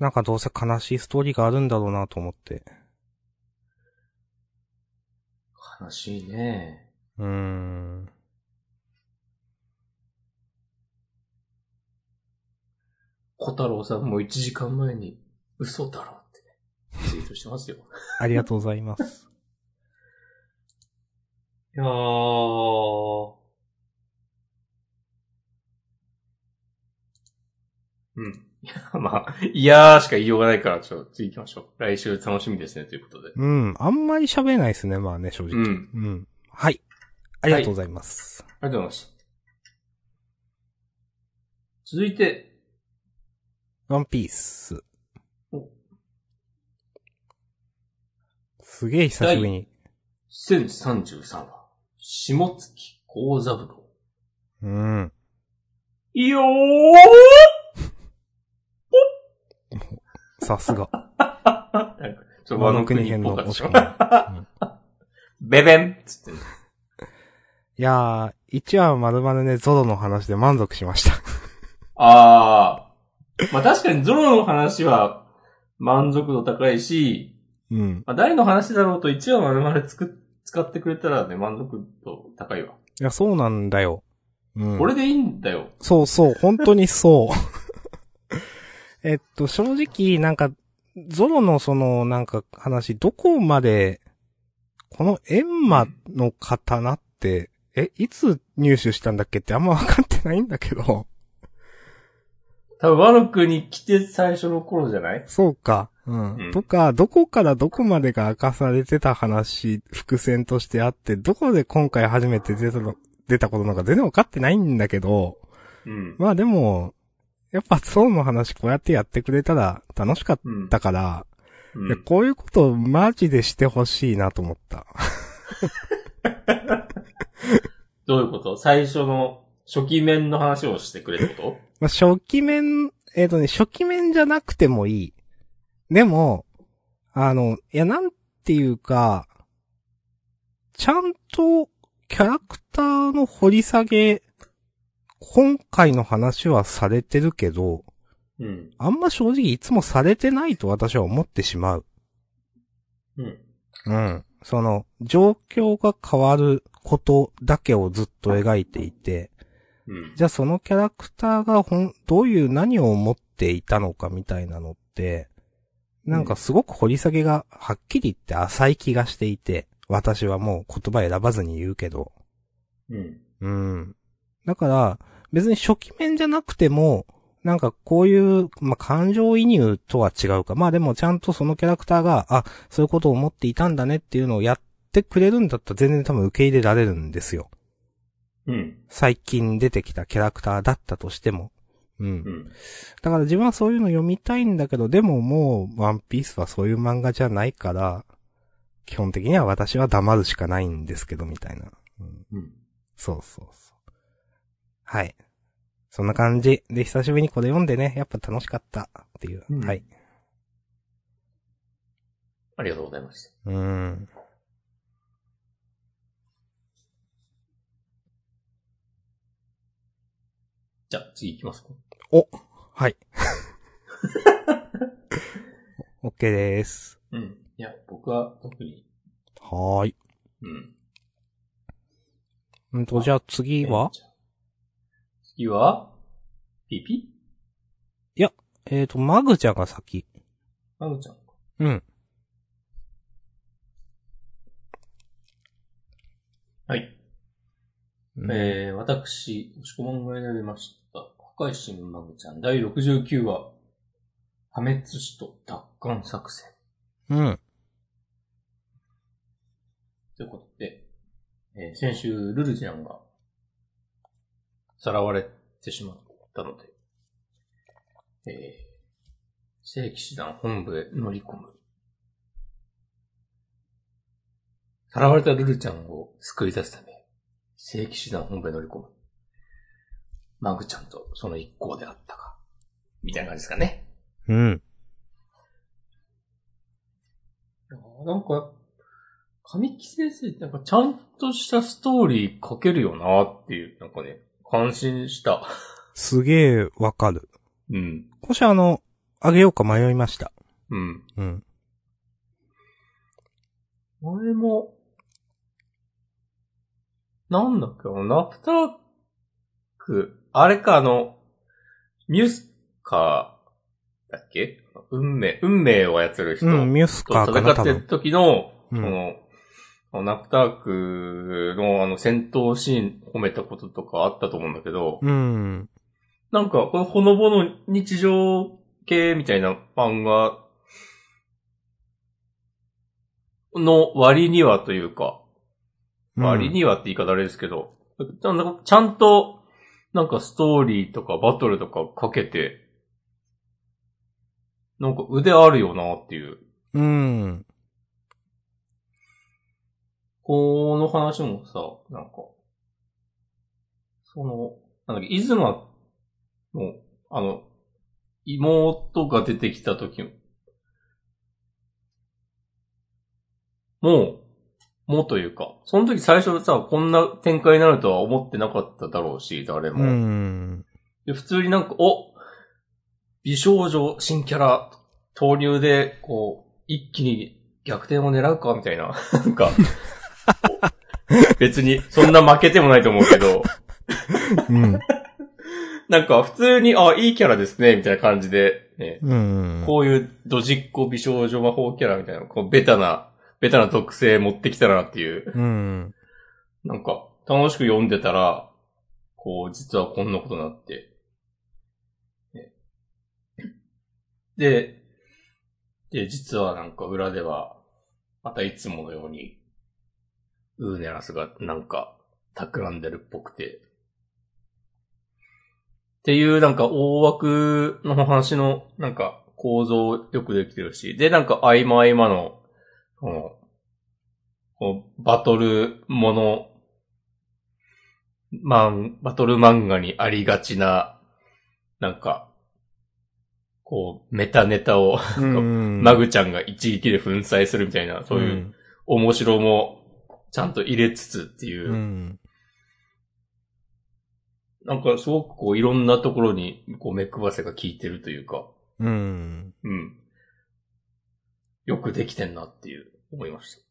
[SPEAKER 2] なんかどうせ悲しいストーリーがあるんだろうなと思って。
[SPEAKER 1] 悲しいね。
[SPEAKER 2] うーん。
[SPEAKER 1] 小太郎さんも1時間前に、嘘だろってね、ツイートしてますよ。
[SPEAKER 2] ありがとうございます。
[SPEAKER 1] いやー。うん。 (laughs) いやまあ、いやーしか言いようがないから、ちょっと次行きましょう。来週楽しみですね、ということで。
[SPEAKER 2] うん。あんまり喋れないですね、まあね、正直。
[SPEAKER 1] うん。あり
[SPEAKER 2] うん。はい。ありがとうございます。
[SPEAKER 1] がとうございました。続いて、
[SPEAKER 2] ワンピース
[SPEAKER 1] お。
[SPEAKER 2] すげえ久しぶりに。
[SPEAKER 1] 1033話、下月幸三郎。
[SPEAKER 2] うん。
[SPEAKER 1] いよー
[SPEAKER 2] さすが。
[SPEAKER 1] なんかちょっと和の国っぽかった
[SPEAKER 2] も
[SPEAKER 1] で
[SPEAKER 2] し
[SPEAKER 1] し
[SPEAKER 2] く
[SPEAKER 1] ょ (laughs)
[SPEAKER 2] はうん
[SPEAKER 1] ベベンっつって。
[SPEAKER 2] いやー、一話まるまるね、ゾロの話で満足しました。
[SPEAKER 1] ああ。まあ確かにゾロの話は満足度高いし、
[SPEAKER 2] うん。
[SPEAKER 1] まあ、誰の話だろうと一話丸々つく、使ってくれたらね、満足度高いわ。
[SPEAKER 2] いや、そうなんだよ。うん。
[SPEAKER 1] これでいいんだよ。
[SPEAKER 2] そうそう、本当にそう。えっ (laughs) と、正直、なんか、ゾロのその、なんか話、どこまで、このエンマの刀って、え、いつ入手したんだっけってあんま分かってないんだけど。 (laughs)
[SPEAKER 1] 多分、ワノ国に来て最初の頃じゃない
[SPEAKER 2] そうか。うん。
[SPEAKER 1] うん
[SPEAKER 2] とか、どこからどこまでが明かされてた話、伏線としてあって、どこで今回初めて出たの、出たことなんか全然分かってないんだけど、
[SPEAKER 1] うん。
[SPEAKER 2] まあでも、やっぱゾロの話こうやってやってくれたら楽しかっ
[SPEAKER 1] うん。
[SPEAKER 2] だから、
[SPEAKER 1] う
[SPEAKER 2] いや
[SPEAKER 1] ん
[SPEAKER 2] こういうことをマジでしてほしいなと思った。
[SPEAKER 1] どういうこと最初の初期面の話をしてくれって (laughs) こ
[SPEAKER 2] まあ、初期面、えっ、とね、初期面じゃなくてもいい。でも、あの、いや、なんていうか、ちゃんとキャラクターの掘り下げ、今回の話はされてるけど、
[SPEAKER 1] とうん。
[SPEAKER 2] あんま正直いつもされてないと私は思ってしまう。
[SPEAKER 1] うん。
[SPEAKER 2] うん。その、状況が変わることだけをずっと描いていて、
[SPEAKER 1] うん。
[SPEAKER 2] じゃあそのキャラクターがほん、どういう何を思っていたのかみたいなのって、なんかすごく掘り下げがはっきり言って浅い気がしていて、私はもう言葉選ばずに言うけど。
[SPEAKER 1] うん。
[SPEAKER 2] うん。だから、別に初期面じゃなくても、なんかこういう、まあ、感情移入とは違うか。まあでもちゃんとそのキャラクターが、あ、そういうことを思っていたんだねっていうのをやってくれるんだったら全然多分受け入れられるんですよ。
[SPEAKER 1] うん。
[SPEAKER 2] 最近出てきたキャラクターだったとしても。うん
[SPEAKER 1] う。ん。
[SPEAKER 2] だから自分はそういうの読みたいんだけど、でももう、ワンピースはそういう漫画じゃないから、基本的には私は黙るしかないんですけど、みたいな。うん
[SPEAKER 1] うん。
[SPEAKER 2] そうそうそう。はい。そんな感じ。で、久しぶりにこれ読んでね、やっぱ楽しかったっていう。
[SPEAKER 1] うん
[SPEAKER 2] はい。
[SPEAKER 1] ありがとうございました。
[SPEAKER 2] うーん。
[SPEAKER 1] じゃあ、次行きますか。
[SPEAKER 2] はい。オッケーです。
[SPEAKER 1] うん。いや、僕は特に。
[SPEAKER 2] はーい。
[SPEAKER 1] うん。
[SPEAKER 2] うんと、じゃあ次は
[SPEAKER 1] 次はピピ
[SPEAKER 2] えっ、と、マグちゃんが先。
[SPEAKER 1] マグちゃん。
[SPEAKER 2] うん。
[SPEAKER 1] はい。えー、私、押し込まんが選びました。破壊神マグちゃん第69話。破滅使と奪還作戦。
[SPEAKER 2] うん。
[SPEAKER 1] ということで、えー先週、ルルジアンが、さらわれてしまったので、えー正規師団本部へ乗り込む。さらわれたルルちゃんを救い出すため、正規師団本部へ乗り込む。マグちゃんとその一行であったか。みたいな感じですかね。
[SPEAKER 2] うん。
[SPEAKER 1] いやーなんか、神木先生ってなんかちゃんとしたストーリー書けるよなーっていう、なんかね、感心した。
[SPEAKER 2] すげえわかる。
[SPEAKER 1] うん。
[SPEAKER 2] こしあの、あげようか迷いました。
[SPEAKER 1] うん。
[SPEAKER 2] うん。
[SPEAKER 1] 俺も、なんだっけ、あの、ナプターク、あれか、あの、ミュスカーだっけ運命、運命を操る人
[SPEAKER 2] うん、ミュス
[SPEAKER 1] と
[SPEAKER 2] カーかな、
[SPEAKER 1] 戦
[SPEAKER 2] 多
[SPEAKER 1] ってる
[SPEAKER 2] 分。
[SPEAKER 1] 時の、
[SPEAKER 2] う
[SPEAKER 1] そ
[SPEAKER 2] ん。
[SPEAKER 1] の、あのナプタークのあの戦闘シーン褒めたこととかあったと思うんだけど、
[SPEAKER 2] うん。
[SPEAKER 1] なんか、このほのぼの日常系みたいな漫画の割にはというか、割にはって言い方あれですけど、なんかちゃんと、なんかストーリーとかバトルとかかけて、なんか腕あるよなっていう。
[SPEAKER 2] うん。
[SPEAKER 1] この話もさ、なんか、その、なんだっけ、出馬の、あの、妹が出てきた時もう、もうというか、その時最初さ、こんな展開になるとは思ってなかっただろうし、誰
[SPEAKER 2] う
[SPEAKER 1] も。
[SPEAKER 2] ん。
[SPEAKER 1] で普通になんか、お美少女新キャラ投入で、こう、一気に逆転を狙うかみたいな。なんか、 (laughs) 別に、そんな負けてもないと思うけど、
[SPEAKER 2] うん。
[SPEAKER 1] なんか普通に、あ、いいキャラですね、みたいな感じで、ね、
[SPEAKER 2] うん。
[SPEAKER 1] こういうドジっ子美少女魔法キャラみたいな、こうベタな、ベタな特性持ってきたらなっていう、
[SPEAKER 2] うん。
[SPEAKER 1] なんか、楽しく読んでたら、こう、実はこんなことになって。ねで、で、実はなんか裏では、またいつものように、ウーネラスがなんか、企んでるっぽくて。っていうなんか大枠の話のなんか構造よくできてるし、でなんか合間合間の、この、このバトルもの、まあ、バトル漫画にありがちな、なんか、こう、メタネタを、
[SPEAKER 2] うん。
[SPEAKER 1] マグちゃんが一撃で粉砕するみたいな、そういう面白もちゃんと入れつつっていうう、
[SPEAKER 2] ん。うん。
[SPEAKER 1] なんかすごくこういろんなところにこう目配せが効いてるというか、
[SPEAKER 2] うん。
[SPEAKER 1] うん。よくできてんなっていう思いました。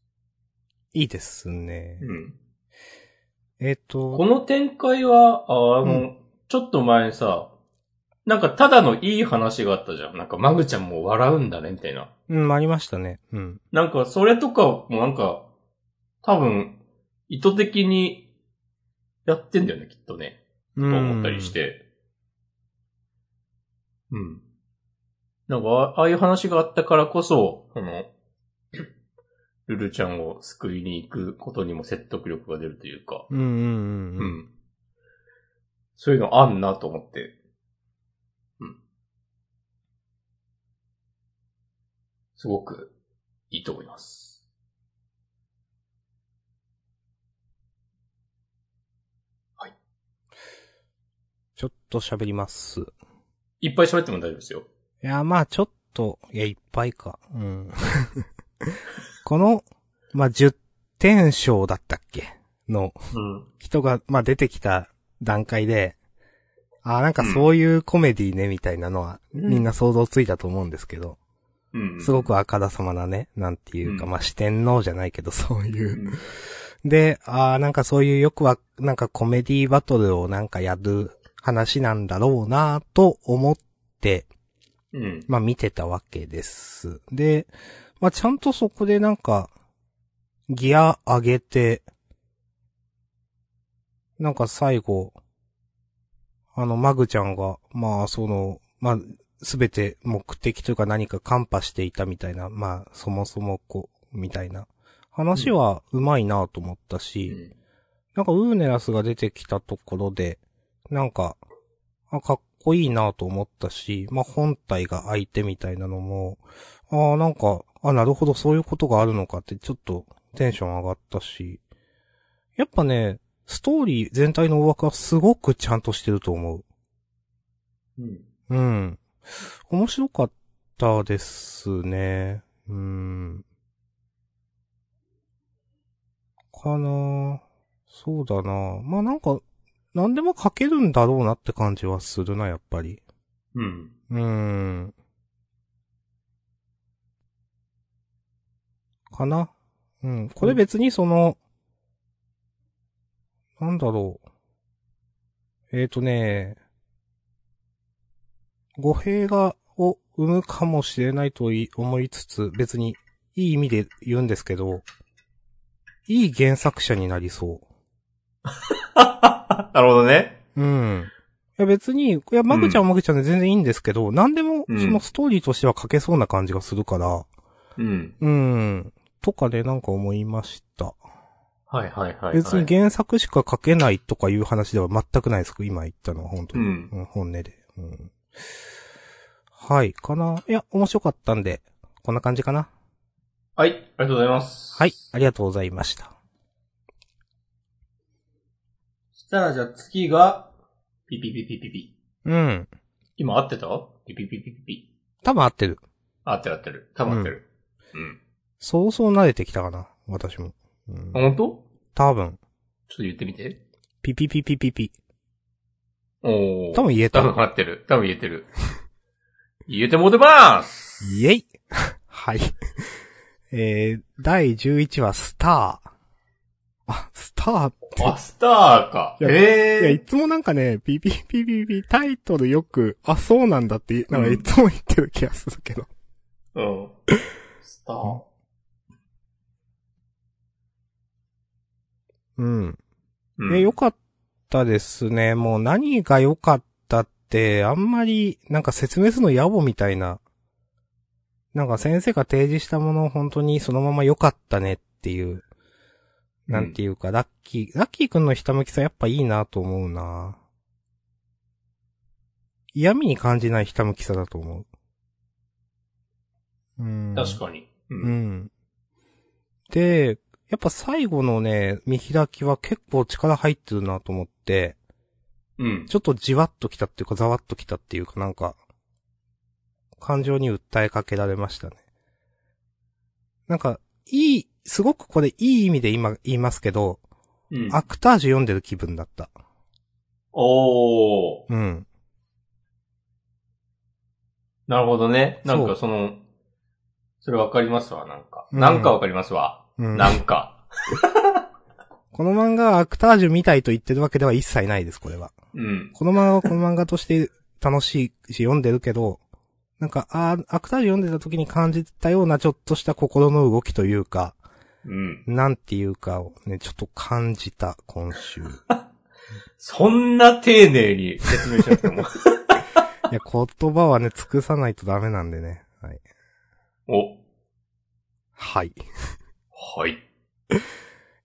[SPEAKER 2] いいですね。
[SPEAKER 1] うん。
[SPEAKER 2] えっと。
[SPEAKER 1] この展開は、ああの、
[SPEAKER 2] うん
[SPEAKER 1] ちょっと前にさ、なんかただのいい話があったじゃん。なんかマグちゃんも笑うんだねみたいな。
[SPEAKER 2] うん、ありましたね。うん。
[SPEAKER 1] なんか、それとかもなんか、多分、意図的にやってんだよね、きっとね。
[SPEAKER 2] う
[SPEAKER 1] と
[SPEAKER 2] ん。
[SPEAKER 1] 思ったりし。て。うん。なんか、あああいう話があったからこそ、あの、ルルちゃんを救いに行くことにも説得力が出るというか、
[SPEAKER 2] うんうん
[SPEAKER 1] う
[SPEAKER 2] うん。
[SPEAKER 1] ん。そういうのあんなと思って。うん。すごくいいと思います。
[SPEAKER 2] ちょっと喋ります。い
[SPEAKER 1] いっぱい喋っても大丈夫ですよ。
[SPEAKER 2] や、まあちょっと、いや、いっぱいか。うん。 (laughs) この、まあ10点賞だったっけの
[SPEAKER 1] うん。
[SPEAKER 2] 人が、まあ出てきた段階で、ああ、なんかそういうコメディね、みたいなのは、みんな想像ついたと思うんですけど、
[SPEAKER 1] うん。
[SPEAKER 2] すごくあからさまなね、なんていうか、
[SPEAKER 1] うん
[SPEAKER 2] まあ四天王じゃないけど、そういうう。
[SPEAKER 1] ん。
[SPEAKER 2] で、ああ、なんかそういうよくは、なんかコメディバトルをなんかやる話なんだろうなぁと思って、
[SPEAKER 1] うん。
[SPEAKER 2] まあ見てたわけです。で、まあちゃんとそこでなんか、ギア上げて、なんか最後、あの、マグちゃんが、まあその、まあ、すべて目的というか何かカンパしていたみたいな、まあそもそもこう、みたいな話はうまいなと思ったし、
[SPEAKER 1] うん
[SPEAKER 2] なんかウーネラスが出てきたところで、なんか、あかっこいいなと思ったし、まあ、本体が相手みたいなのも、ああ、なんか、あ、なるほど、そういうことがあるのかって、ちょっとテンション上がったし、やっぱね、ストーリー全体の大枠はすごくちゃんとしてると思う。
[SPEAKER 1] うん。
[SPEAKER 2] うん。面白かったですね。うん。かなぁそうだなぁまあなんか、何でも書けるんだろうなって感じはするな、やっぱり。
[SPEAKER 1] うん。
[SPEAKER 2] うん。かな。うん。これ別にその、なんだろう。えーとね、語弊が、を生むかもしれないとい思いつつ、別にいい意味で言うんですけど、いい原作者になりそう。
[SPEAKER 1] なるほどね。
[SPEAKER 2] うん。いや別に、いや、マグちゃんはマグちゃんで全然いいんですけど、何でも、そ
[SPEAKER 1] うん
[SPEAKER 2] のストーリーとしては書けそうな感じがするから、
[SPEAKER 1] うん。
[SPEAKER 2] うん。とかでなんか思いました。
[SPEAKER 1] はいはいはい、はい。
[SPEAKER 2] 別に原作しか書けないとかいう話では全くないです。今言ったのは本当
[SPEAKER 1] う
[SPEAKER 2] に。
[SPEAKER 1] ん。
[SPEAKER 2] うん、本音で。うん。はい、かな。いや、面白かったんで、こんな感じかな。
[SPEAKER 1] はい。ありがとうございます。
[SPEAKER 2] はい、ありがとうございました。
[SPEAKER 1] そしたらじゃあ次が、ピピピピピピ。
[SPEAKER 2] うん。
[SPEAKER 1] 今合ってたピピピピピピ。
[SPEAKER 2] 多分合ってる。
[SPEAKER 1] 合ってる合ってる。多分合ってる。うん。
[SPEAKER 2] そうそう慣れてきたかな。う私も。うん
[SPEAKER 1] あ、本当
[SPEAKER 2] 多
[SPEAKER 1] ち
[SPEAKER 2] 分。
[SPEAKER 1] ょっと言ってみて。
[SPEAKER 2] ピピピピピピ。
[SPEAKER 1] おお。
[SPEAKER 2] 多分言え
[SPEAKER 1] 多
[SPEAKER 2] た。
[SPEAKER 1] 分払ってる。多分言えてる。言えてもうてます
[SPEAKER 2] イェイ (laughs) はい。えー、第11話、スター。あ、スターって。
[SPEAKER 1] あ、スターか。
[SPEAKER 2] いやいや、い
[SPEAKER 1] ええ
[SPEAKER 2] つもなんかね、ピピピピピタイトルよく、あ、そうなんだって、なんかいつも言ってる気がするけど。
[SPEAKER 1] うん。スター。
[SPEAKER 2] うん。
[SPEAKER 1] うん
[SPEAKER 2] え、良かったですね。もう何が良かったって、あんまり、なんか説明するの野暮みたいな。なんか先生が提示したものを本当にそのまま良かったねっていう。なんていうか、ラッキー、ラッキーくんのひたむきさやっぱいいなと思うな嫌味に感じないひたむきさだと思う。うん。
[SPEAKER 1] 確かに。う。
[SPEAKER 2] うんん。で、やっぱ最後のね、見開きは結構力入ってるなと思って、
[SPEAKER 1] うん。
[SPEAKER 2] ちょっとじわっときたっていうか、ざわっときたっていうかなんか、感情に訴えかけられましたね。なんか、いい、すごくこれいい意味で今言いますけど、
[SPEAKER 1] うん。
[SPEAKER 2] アクタージュ読んでる気分だった。
[SPEAKER 1] おー。
[SPEAKER 2] うん。
[SPEAKER 1] なるほどね。なん
[SPEAKER 2] そう
[SPEAKER 1] かその、それわかりますわ、なんか。
[SPEAKER 2] うん
[SPEAKER 1] なんかわかりますわ。
[SPEAKER 2] うん、
[SPEAKER 1] なんか。
[SPEAKER 2] この漫画はアクタージュみたいと言ってるわけでは一切ないです、これは。
[SPEAKER 1] うん。
[SPEAKER 2] この漫画はこの漫画として楽しいし読んでるけど、なんか、あーアクタージュ読んでた時に感じたようなちょっとした心の動きというか、
[SPEAKER 1] うん。
[SPEAKER 2] なんていうかをね、ちょっと感じた、今週。い
[SPEAKER 1] そんな丁寧に説明しなくて
[SPEAKER 2] (laughs)
[SPEAKER 1] も。
[SPEAKER 2] や、言葉はね、尽くさないとダメなんでね。はい。
[SPEAKER 1] お、
[SPEAKER 2] はい。い
[SPEAKER 1] はい。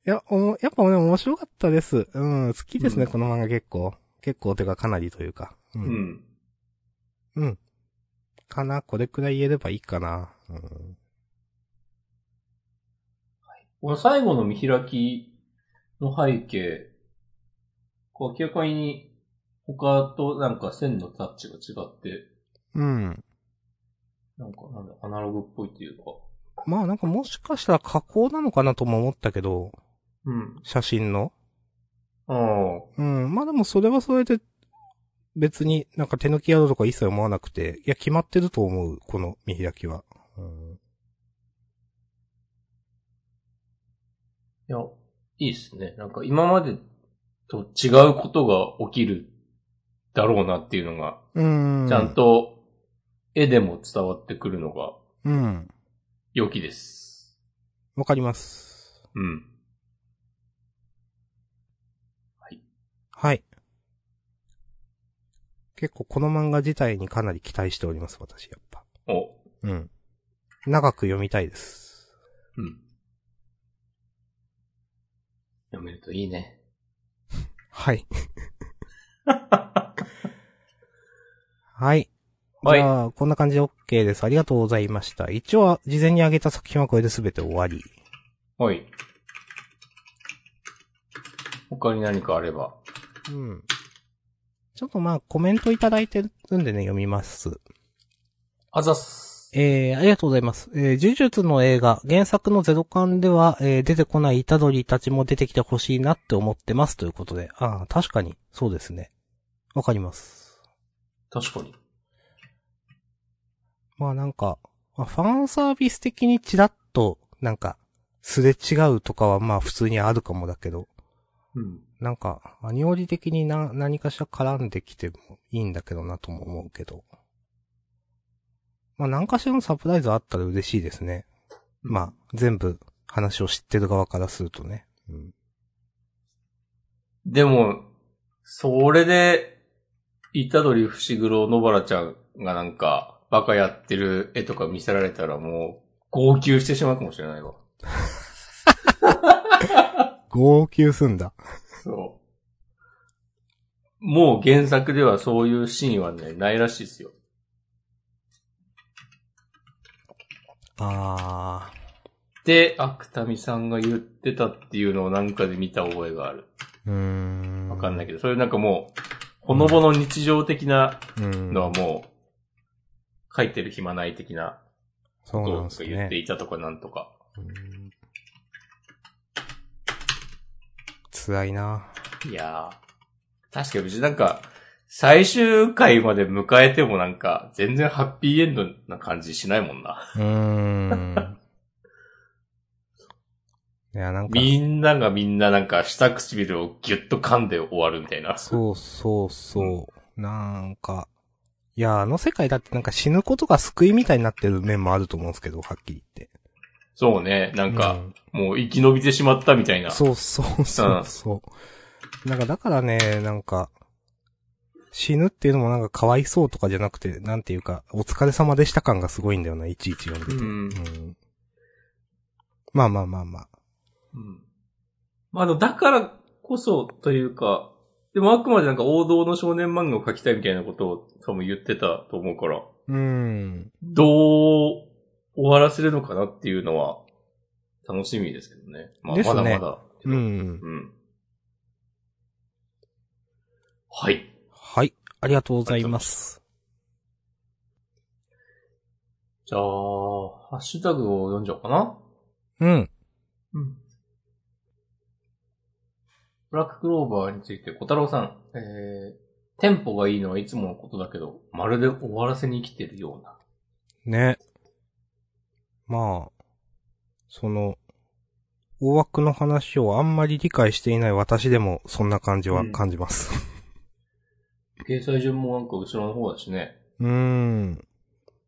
[SPEAKER 2] や、おも、やっぱね、面白かったです。うん、好きですね、
[SPEAKER 1] うん
[SPEAKER 2] この漫画結構。結構、てかかなりというか。う。
[SPEAKER 1] うんん。
[SPEAKER 2] うん。かな、これくらい言えればいいかな。うん。
[SPEAKER 1] この最後の見開きの背景、こう明らかに他となんか線のタッチが違って、
[SPEAKER 2] うん。
[SPEAKER 1] なんかなんだ、アナログっぽいっていうか。
[SPEAKER 2] まあなんかもしかしたら加工なのかなとも思ったけど、
[SPEAKER 1] うん。
[SPEAKER 2] 写真の。
[SPEAKER 1] ああ。
[SPEAKER 2] うん。まあでもそれはそれで、別になんか手抜きやろうとか一切思わなくて、いや、決まってると思う、この見開きは。うん。
[SPEAKER 1] いや、いいっすね。なんか今までと違うことが起きるだろうなっていうのが、
[SPEAKER 2] うん
[SPEAKER 1] ちゃん。と絵でも伝わってくるのが
[SPEAKER 2] うん。
[SPEAKER 1] 良きです。
[SPEAKER 2] わかります。
[SPEAKER 1] うん。
[SPEAKER 2] はい。結構この漫画自体にかなり期待しております、私、やっぱ。
[SPEAKER 1] お、
[SPEAKER 2] うん。長く読みたいです。
[SPEAKER 1] うん。読めるといいね。
[SPEAKER 2] はい。はい。
[SPEAKER 1] はい
[SPEAKER 2] じゃあ、こんな感じで OK です。ありがとうございました。一応は、事前に上げた作品はこれで全て終わり。
[SPEAKER 1] はい。他に何かあれば。
[SPEAKER 2] うん。ちょっとまあ、コメントいただいてるんでね、読みます。
[SPEAKER 1] あざっす。
[SPEAKER 2] えー、ありがとうございます。えー、呪術の映画、原作のゼロ巻では、えー、出てこないイタドリたちも出てきてほしいなって思ってますということで。ああ、確かに、そうですね。わかります。
[SPEAKER 1] 確かに。
[SPEAKER 2] まあなんか、まあファンサービス的にチラッと、なんか、すれ違うとかはまあ普通にあるかもだけど、
[SPEAKER 1] うん。
[SPEAKER 2] なんか、アニオリ的にな、何かしら絡んできてもいいんだけどなとも思うけど。まあ何かしらのサプライズあったら嬉しいですね。まあ、全部話を知ってる側からするとね。うん。
[SPEAKER 1] でも、それで、イタドリフシグロ野原ちゃんがなんか、バカやってる絵とか見せられたらもう、号泣してしまうかもしれないわ。
[SPEAKER 2] 号泣すんだ。
[SPEAKER 1] そう。もう原作ではそういうシーンはね、ないらしいですよ。
[SPEAKER 2] あ
[SPEAKER 1] で、芥見さんが言ってたっていうのをなんかで見た覚えがある。
[SPEAKER 2] ー。うーん。
[SPEAKER 1] わかんない
[SPEAKER 2] い。
[SPEAKER 1] けど、それなんかもう、ほのぼの日常的な
[SPEAKER 2] うん。
[SPEAKER 1] のはもう、書いてる暇ない的な
[SPEAKER 2] そう
[SPEAKER 1] こ
[SPEAKER 2] なん
[SPEAKER 1] と
[SPEAKER 2] で
[SPEAKER 1] を
[SPEAKER 2] す
[SPEAKER 1] 言って
[SPEAKER 2] ね。
[SPEAKER 1] いたとかなんとか。
[SPEAKER 2] うんつらいな。
[SPEAKER 1] いやー。確かに別になんか、最終回まで迎えてもなんか、全然ハッピーエンドな感じしないもん
[SPEAKER 2] (laughs)
[SPEAKER 1] な。
[SPEAKER 2] うーん。 (laughs) いや、なんか、
[SPEAKER 1] みんながみんななんか、下唇をギュッと噛んで終わるみたいな。
[SPEAKER 2] そうそうそう。なんか、いや、あの世界だってなんか死ぬことが救いみたいになってる面もあると思うんですけど、はっきり言って。
[SPEAKER 1] そうね。なん
[SPEAKER 2] う
[SPEAKER 1] か、
[SPEAKER 2] ん
[SPEAKER 1] もう生き延びてしまったみたいな。
[SPEAKER 2] そうそうそうそう。なんかだからね、なんか、死ぬっていうのもなんかかわいそうとかじゃなくて、なんていうか、お疲れ様でした感がすごいんだよな、いちいち読んでて。
[SPEAKER 1] うん
[SPEAKER 2] うんまあまあまあまあ。
[SPEAKER 1] うん。まあ、あの、だからこそというか、でもあくまでなんか王道の少年漫画を描きたいみたいなことを多分言ってたと思うから、
[SPEAKER 2] うん。
[SPEAKER 1] どう終わらせるのかなっていうのは楽しみですけどね。まあ、
[SPEAKER 2] ですね
[SPEAKER 1] まだまだけ
[SPEAKER 2] う
[SPEAKER 1] ど。
[SPEAKER 2] ん。
[SPEAKER 1] うん。はい。
[SPEAKER 2] はい。ありがとうございます。
[SPEAKER 1] じゃあ、ハッシュタグを読んじゃおうかな。
[SPEAKER 2] うん。
[SPEAKER 1] うん。ブラッククローバーについて、小太郎さん。えー、テンポがいいのはいつものことだけど、まるで終わらせに生きてるような。
[SPEAKER 2] ね。まあ、その、大枠の話をあんまり理解していない私でも、そんな感じは感じます。
[SPEAKER 1] 掲載順もなんか後ろの方だしね。
[SPEAKER 2] うーん。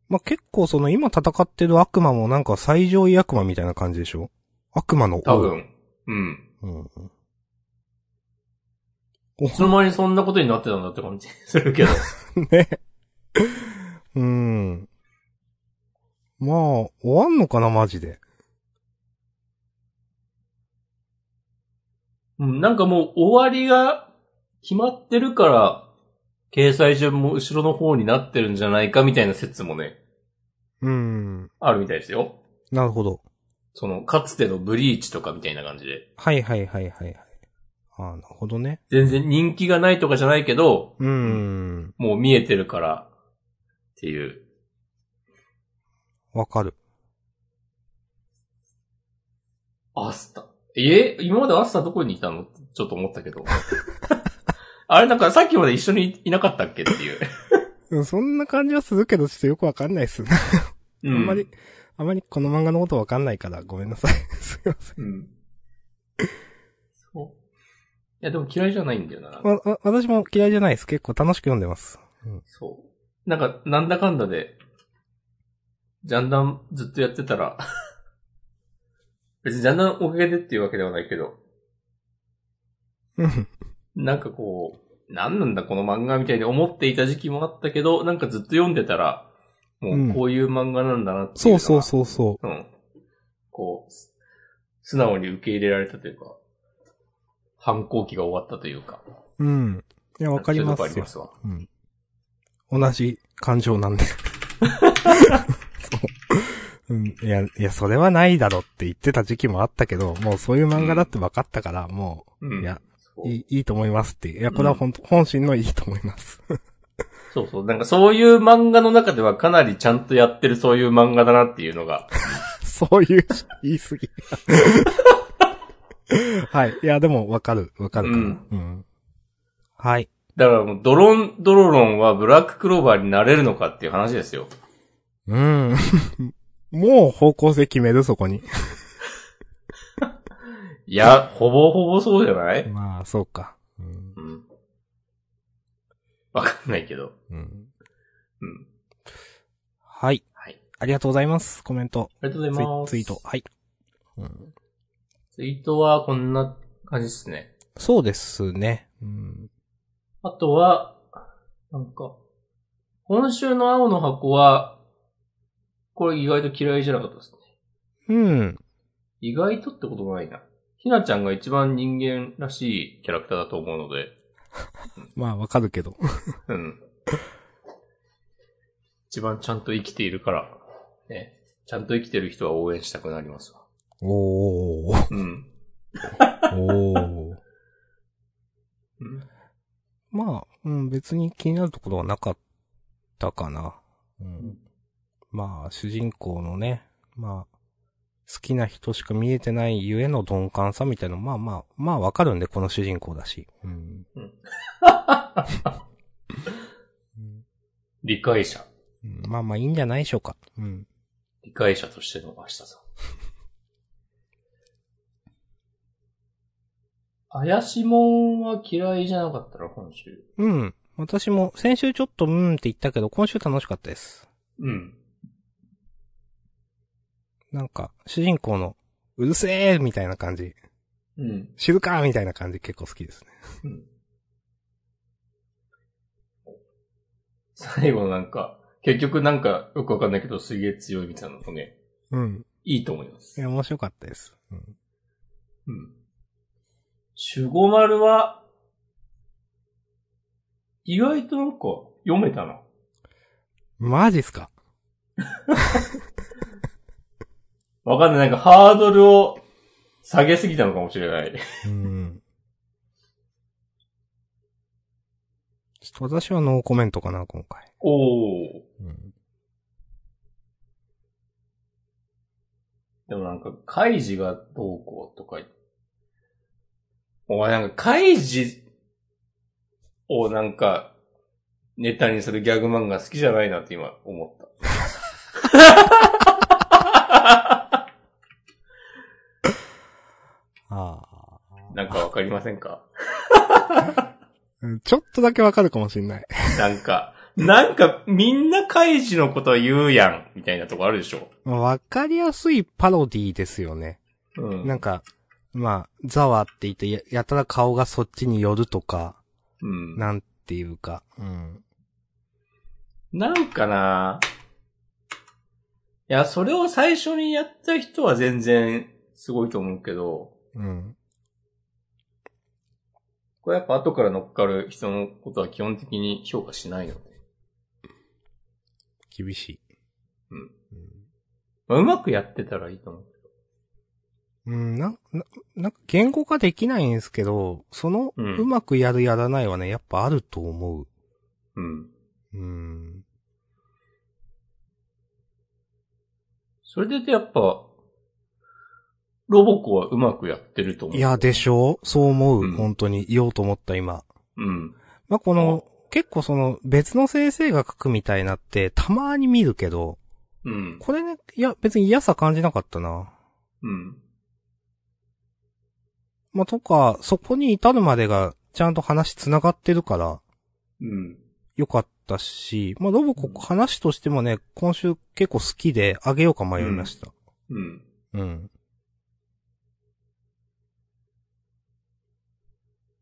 [SPEAKER 2] まあ、結構その今戦ってる悪魔もなんか最上位悪魔みたいな感じでしょ悪魔の王
[SPEAKER 1] 多。分。うん。
[SPEAKER 2] うん。
[SPEAKER 1] いつの間にそんなことになってたんだって感じするけど。
[SPEAKER 2] ね。うーん。まあ、終わんのかな、マジで。
[SPEAKER 1] うん、なんかもう終わりが決まってるから、掲載順も後ろの方になってるんじゃないかみたいな説もね、
[SPEAKER 2] うーん。
[SPEAKER 1] あるみたいですよ。
[SPEAKER 2] なるほど。
[SPEAKER 1] その、かつてのブリーチとかみたいな感じで。
[SPEAKER 2] はいはいはいはいはい。ああ、なるほどね。
[SPEAKER 1] 全然人気がないとかじゃないけど、
[SPEAKER 2] うーん。
[SPEAKER 1] もう見えてるから、っていう。
[SPEAKER 2] わかる。
[SPEAKER 1] アスタ。え今までアスタどこにいたのってちょっと思ったけど。 (laughs) あれなんかさっきまで一緒にいなかったっけっていう。
[SPEAKER 2] うんそんな感じはするけど、ちょっとよくわかんないっ
[SPEAKER 1] (laughs)
[SPEAKER 2] す。
[SPEAKER 1] う
[SPEAKER 2] あんまり。、あんまりこの漫画のことわかんないから、ごめんなさい。すいません。
[SPEAKER 1] うん。そう。いやでも嫌いじゃないんだよな。
[SPEAKER 2] わ、わ、私も嫌いじゃないです。結構楽しく読んでます。
[SPEAKER 1] そう。なんか、なんだかんだで、ジャンダンずっとやってたら、 (laughs) 別にジャンダンおかげでっていうわけではないけど、
[SPEAKER 2] うん。
[SPEAKER 1] なんかこう、なんなんだこの漫画みたいに思っていた時期もあったけど、なんかずっと読んでたら、も
[SPEAKER 2] ん
[SPEAKER 1] ううこういう漫画なんだなっていう
[SPEAKER 2] そ
[SPEAKER 1] の
[SPEAKER 2] う
[SPEAKER 1] が、。
[SPEAKER 2] そうそうそう
[SPEAKER 1] うん。こう、す素直に受け入れられたというか、反抗期が終わったというか。
[SPEAKER 2] う。うん。いや、わかります
[SPEAKER 1] そういうとこあり
[SPEAKER 2] よ
[SPEAKER 1] ま。すわ。
[SPEAKER 2] うん。同じ感情な
[SPEAKER 1] (laughs)
[SPEAKER 2] んで。そう。うん。いや、いや、それはないだろって言ってた時期もあったけど、もうそういう漫画だって分かったから、も
[SPEAKER 1] うん。
[SPEAKER 2] いや、
[SPEAKER 1] そうう
[SPEAKER 2] いい、いいと思いますって。いや、これは本当、本心のいいと思います。 (laughs)
[SPEAKER 1] そうそう。なんかそういう漫画の中ではかなりちゃんとやってるそういう漫画だなっていうのが。
[SPEAKER 2] そういう、言い過ぎ。 (laughs) はい。いや、でも、わかる、わかるから。
[SPEAKER 1] うん
[SPEAKER 2] うん。はい。
[SPEAKER 1] だからもうドロン、ドロロンはブラッククローバーになれるのかっていう話ですよ。
[SPEAKER 2] うん。 (laughs) もう方向性決める、そこに。
[SPEAKER 1] いや、ほぼほぼそうじゃない
[SPEAKER 2] まあ、そうか。うん。
[SPEAKER 1] うん。わかんないけど。
[SPEAKER 2] うん。
[SPEAKER 1] うん。
[SPEAKER 2] はい。
[SPEAKER 1] はい。
[SPEAKER 2] ありがとうございます。コメント。
[SPEAKER 1] ありがとうご
[SPEAKER 2] ツイ
[SPEAKER 1] ざいます。
[SPEAKER 2] ツイート。。はい。うん、
[SPEAKER 1] ツイートはこんな感じですね。
[SPEAKER 2] そうですね。うん。
[SPEAKER 1] あとは、なんか、今週の青の箱は、これ意外と嫌いじゃなかったですね。
[SPEAKER 2] うん。
[SPEAKER 1] 意外とってこともないな。ひなちゃんが一番人間らしいキャラクターだと思うので、
[SPEAKER 2] まあ、わかるけど。
[SPEAKER 1] うん。 (laughs) 一番ちゃんと生きているから、ね。ちゃんと生きてる人は応援したくなりますわ。
[SPEAKER 2] おー。
[SPEAKER 1] うん。
[SPEAKER 2] おー。
[SPEAKER 1] うん
[SPEAKER 2] (laughs) まあ、うん、別に気になるところはなかったかな。うん。まあ、主人公のね、まあ、好きな人しか見えてないゆえの鈍感さみたいなの、まあまあ、まあわかるんで、この主人公だし。うん。
[SPEAKER 1] (laughs) 理解者。
[SPEAKER 2] うんまあまあいいんじゃないでしょうか。うん。
[SPEAKER 1] 理解者としての明日さん。怪しもんは嫌いじゃなかったら、今週。
[SPEAKER 2] うん。私も先週ちょっとうんって言ったけど、今週楽しかったです。
[SPEAKER 1] うん。
[SPEAKER 2] なんか、主人公の、うるせえみたいな感じ。
[SPEAKER 1] うん。
[SPEAKER 2] 知るかみたいな感じ結構好きですね。
[SPEAKER 1] 最後なんか、結局なんか、よくわかんないけど、すげえ強いみたいなのもね、
[SPEAKER 2] うん。
[SPEAKER 1] いいと思いま
[SPEAKER 2] い
[SPEAKER 1] す。
[SPEAKER 2] や、面白かったです。うん。
[SPEAKER 1] うん。守護丸は、意外となんか、読めたな。
[SPEAKER 2] マジっすか
[SPEAKER 1] わかんない。なんか、ハードルを下げすぎたのかもしれない。
[SPEAKER 2] うん。ちょっと私はノーコメントかな、今回。
[SPEAKER 1] おー。
[SPEAKER 2] うん。
[SPEAKER 1] でもなんか、カイジがどうこうとか言っ。お前なんか、カイジをなんか、ネタにするギャグ漫画好きじゃないなって今思った。
[SPEAKER 2] あ
[SPEAKER 1] なんかわかりません
[SPEAKER 2] (laughs)
[SPEAKER 1] か
[SPEAKER 2] あ。ちょっとだけわかるかもしんない。
[SPEAKER 1] なんか、なんかみんなカイジのこと言うやん、みたいなとこあるでしょ
[SPEAKER 2] わかりやすいパロディですよね。
[SPEAKER 1] うん。
[SPEAKER 2] なんか、まあ、ザワって言ってや、やたら顔がそっちに寄るとか、
[SPEAKER 1] うん、
[SPEAKER 2] なんていうか。うん。
[SPEAKER 1] なんかなぁいや、それを最初にやった人は全然すごいと思うけど、
[SPEAKER 2] うん。
[SPEAKER 1] これやっぱ後から乗っかる人のことは基本的に評価しないので。
[SPEAKER 2] 厳しい。
[SPEAKER 1] うんまあ、うまくやってたらいいと思う。
[SPEAKER 2] うん、な、な、なんか言語化できないんですけど、その、
[SPEAKER 1] うん
[SPEAKER 2] うまくやるやらないはね、やっぱあると思う。
[SPEAKER 1] うん。
[SPEAKER 2] うん。
[SPEAKER 1] それでやっぱ、ロボコはうまくやってると思う。
[SPEAKER 2] いや、でしょうそう思う、
[SPEAKER 1] うん
[SPEAKER 2] 本当に言おうと思った今。
[SPEAKER 1] うん。
[SPEAKER 2] まあ、この、結構その、別の先生が書くみたいなって、たまに見るけど、
[SPEAKER 1] うん。
[SPEAKER 2] これね、いや、別に嫌さ感じなかったな。
[SPEAKER 1] うん。
[SPEAKER 2] まあ、とか、そこに至るまでが、ちゃんと話繋がってるから、
[SPEAKER 1] うん。
[SPEAKER 2] 良かったし、まあ、ロボコ話としてもね、今週結構好きで、あげようか迷いました。
[SPEAKER 1] うん。
[SPEAKER 2] うん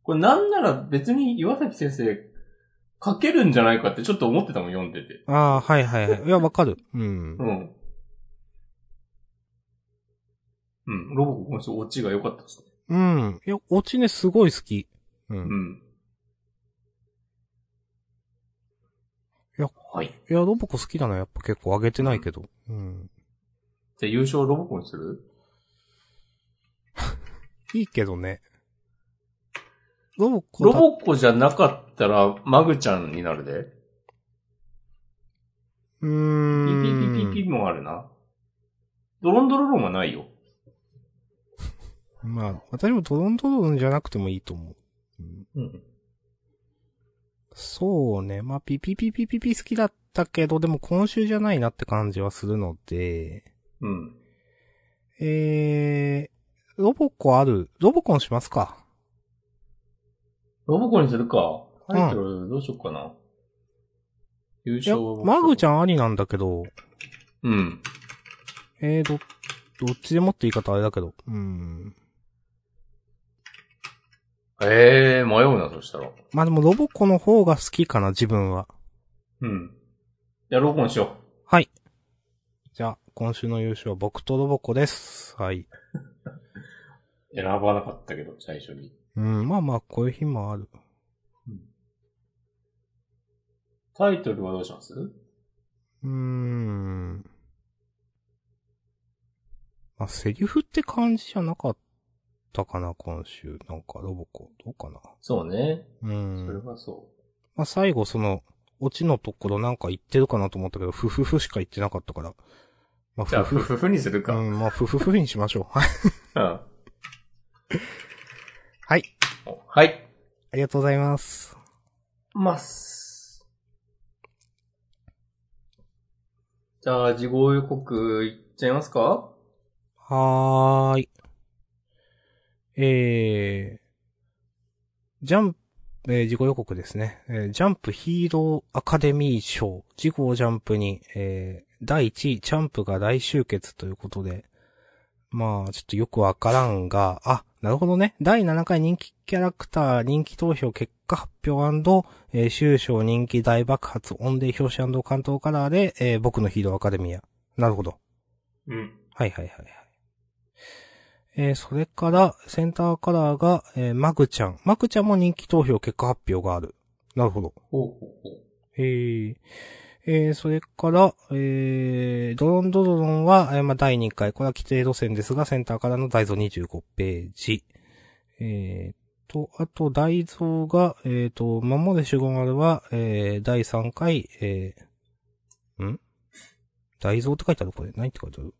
[SPEAKER 1] これなんなら別に岩崎先生書けるんじゃないかってちょっと思ってたもん、読んでて。
[SPEAKER 2] ああ、はいはいはい。いや、わかる。うん
[SPEAKER 1] う。ん。うん。ロボコ今週オチが良かったですね。
[SPEAKER 2] うん。いや、オチね、すごい好き。うん。
[SPEAKER 1] う
[SPEAKER 2] い
[SPEAKER 1] ん。
[SPEAKER 2] いや
[SPEAKER 1] はい。
[SPEAKER 2] や、ロボコ好きだな。やっぱ結構上げてないけど。うん。
[SPEAKER 1] じゃあ優勝ロボコにする
[SPEAKER 2] いいけどね。ロボコ
[SPEAKER 1] ロ
[SPEAKER 2] だ、
[SPEAKER 1] ボコじゃなかったら、マグちゃんになるで。
[SPEAKER 2] う
[SPEAKER 1] ピ
[SPEAKER 2] ーん。
[SPEAKER 1] ピピピピもあるな。ドロンドロロンはないよ。
[SPEAKER 2] まあ、私もドロンドロンじゃなくてもいいと思う。うん
[SPEAKER 1] うん。
[SPEAKER 2] そうね。まあ、ピピピピピピ好きだったけど、でも今週じゃないなって感じはするので、
[SPEAKER 1] うん。
[SPEAKER 2] えー、ロボコある。ロボコンしますか。
[SPEAKER 1] ロボコにするか。タイトルどうしよっかな。優
[SPEAKER 2] いや、
[SPEAKER 1] 勝は
[SPEAKER 2] マグちゃ
[SPEAKER 1] ん。
[SPEAKER 2] んありなんだけど、
[SPEAKER 1] うん。
[SPEAKER 2] えー、ど、どっちでもって言い方あれだけど。うん。
[SPEAKER 1] ええー、迷うな、そしたら。
[SPEAKER 2] まあでもロボコの方が好きかな、自分は。
[SPEAKER 1] うん。じゃあ、ロボコにしよ
[SPEAKER 2] はい。じゃあ、今週の優勝は僕とロボコです。はい。
[SPEAKER 1] う。選ばなかったけど、最初に。
[SPEAKER 2] うん、まあまあ、こういう日もある。
[SPEAKER 1] タイトルはどうします
[SPEAKER 2] うーん。まあ、セリフって感じじゃなかったかな、今週。なんか、ロボコ。どうかな。
[SPEAKER 1] そうね。
[SPEAKER 2] う
[SPEAKER 1] それ
[SPEAKER 2] ん。
[SPEAKER 1] はそ
[SPEAKER 2] まあ、最後、その、オチのところなんか言ってるかなと思ったけど、ふふふしか言ってなかったから、まあ、
[SPEAKER 1] じゃあ、
[SPEAKER 2] ふ
[SPEAKER 1] ふふふにする
[SPEAKER 2] ふ、
[SPEAKER 1] か。
[SPEAKER 2] う
[SPEAKER 1] うん。
[SPEAKER 2] ん、まあ、ふふふにしましょう。はい
[SPEAKER 1] は
[SPEAKER 2] はい。
[SPEAKER 1] い。
[SPEAKER 2] ありがとうございます。
[SPEAKER 1] ます。じゃあ、事後予告いっちゃいますか
[SPEAKER 2] はーい。えー、ジャンプ、えー、事故予告ですね。えージャンプヒーローアカデミー賞、事故をジャンプに、えー、第1位、ジャンプが大集結ということで、まあ、ちょっとよくわからんが、あ、なるほどね。第7回人気キャラクター人気投票結果発表、えー、終章人気大爆発、オンデー表紙関東カラーで、えー僕のヒーローアカデミア。なるほど。
[SPEAKER 1] うん。
[SPEAKER 2] はいはいはいはい。えー、それから、センターカラーが、えー、マグちゃん。マグちゃんも人気投票結果発表がある。なるほど。
[SPEAKER 1] ほうほうほう。
[SPEAKER 2] えー、えー、それから、えー、ドロンドドロンは、えーまあ、第2回。これは規定路線ですが、センターからの大蔵25ページ。えー、と、あと、大蔵が、えー、と、守れ守護丸は、えー、第3回、えー、ん大蔵って書いてあるこれ。何って書いてある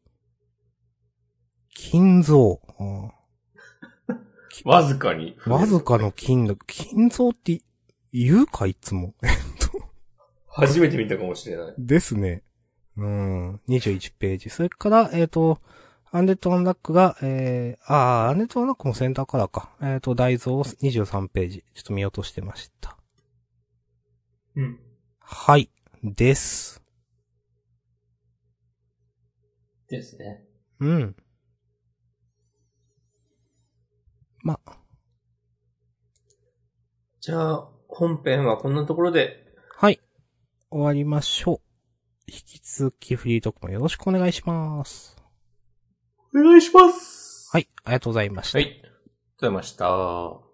[SPEAKER 2] 金蔵。あー
[SPEAKER 1] わずかに。
[SPEAKER 2] わずかの金だ。金蔵って言うかいつも。
[SPEAKER 1] 初めて見たかもしれない。
[SPEAKER 2] ですね。うん。21ページ。それから、えっ、と、アンデッド・アンラックが、えー、あー、アンデッド・アンラックもセンターカラーか。えっ、と、大蔵を23ページ。ちょっと見落としてました。
[SPEAKER 1] うん。
[SPEAKER 2] はい。です。
[SPEAKER 1] ですね。
[SPEAKER 2] うん。ま、
[SPEAKER 1] じゃあ、本編はこんなところで。
[SPEAKER 2] はい。終わりましょう。引き続きフリートークもよろしくお願いします。
[SPEAKER 1] お願いします
[SPEAKER 2] はい。ありがとうございました
[SPEAKER 1] は。い。ありがとうございました。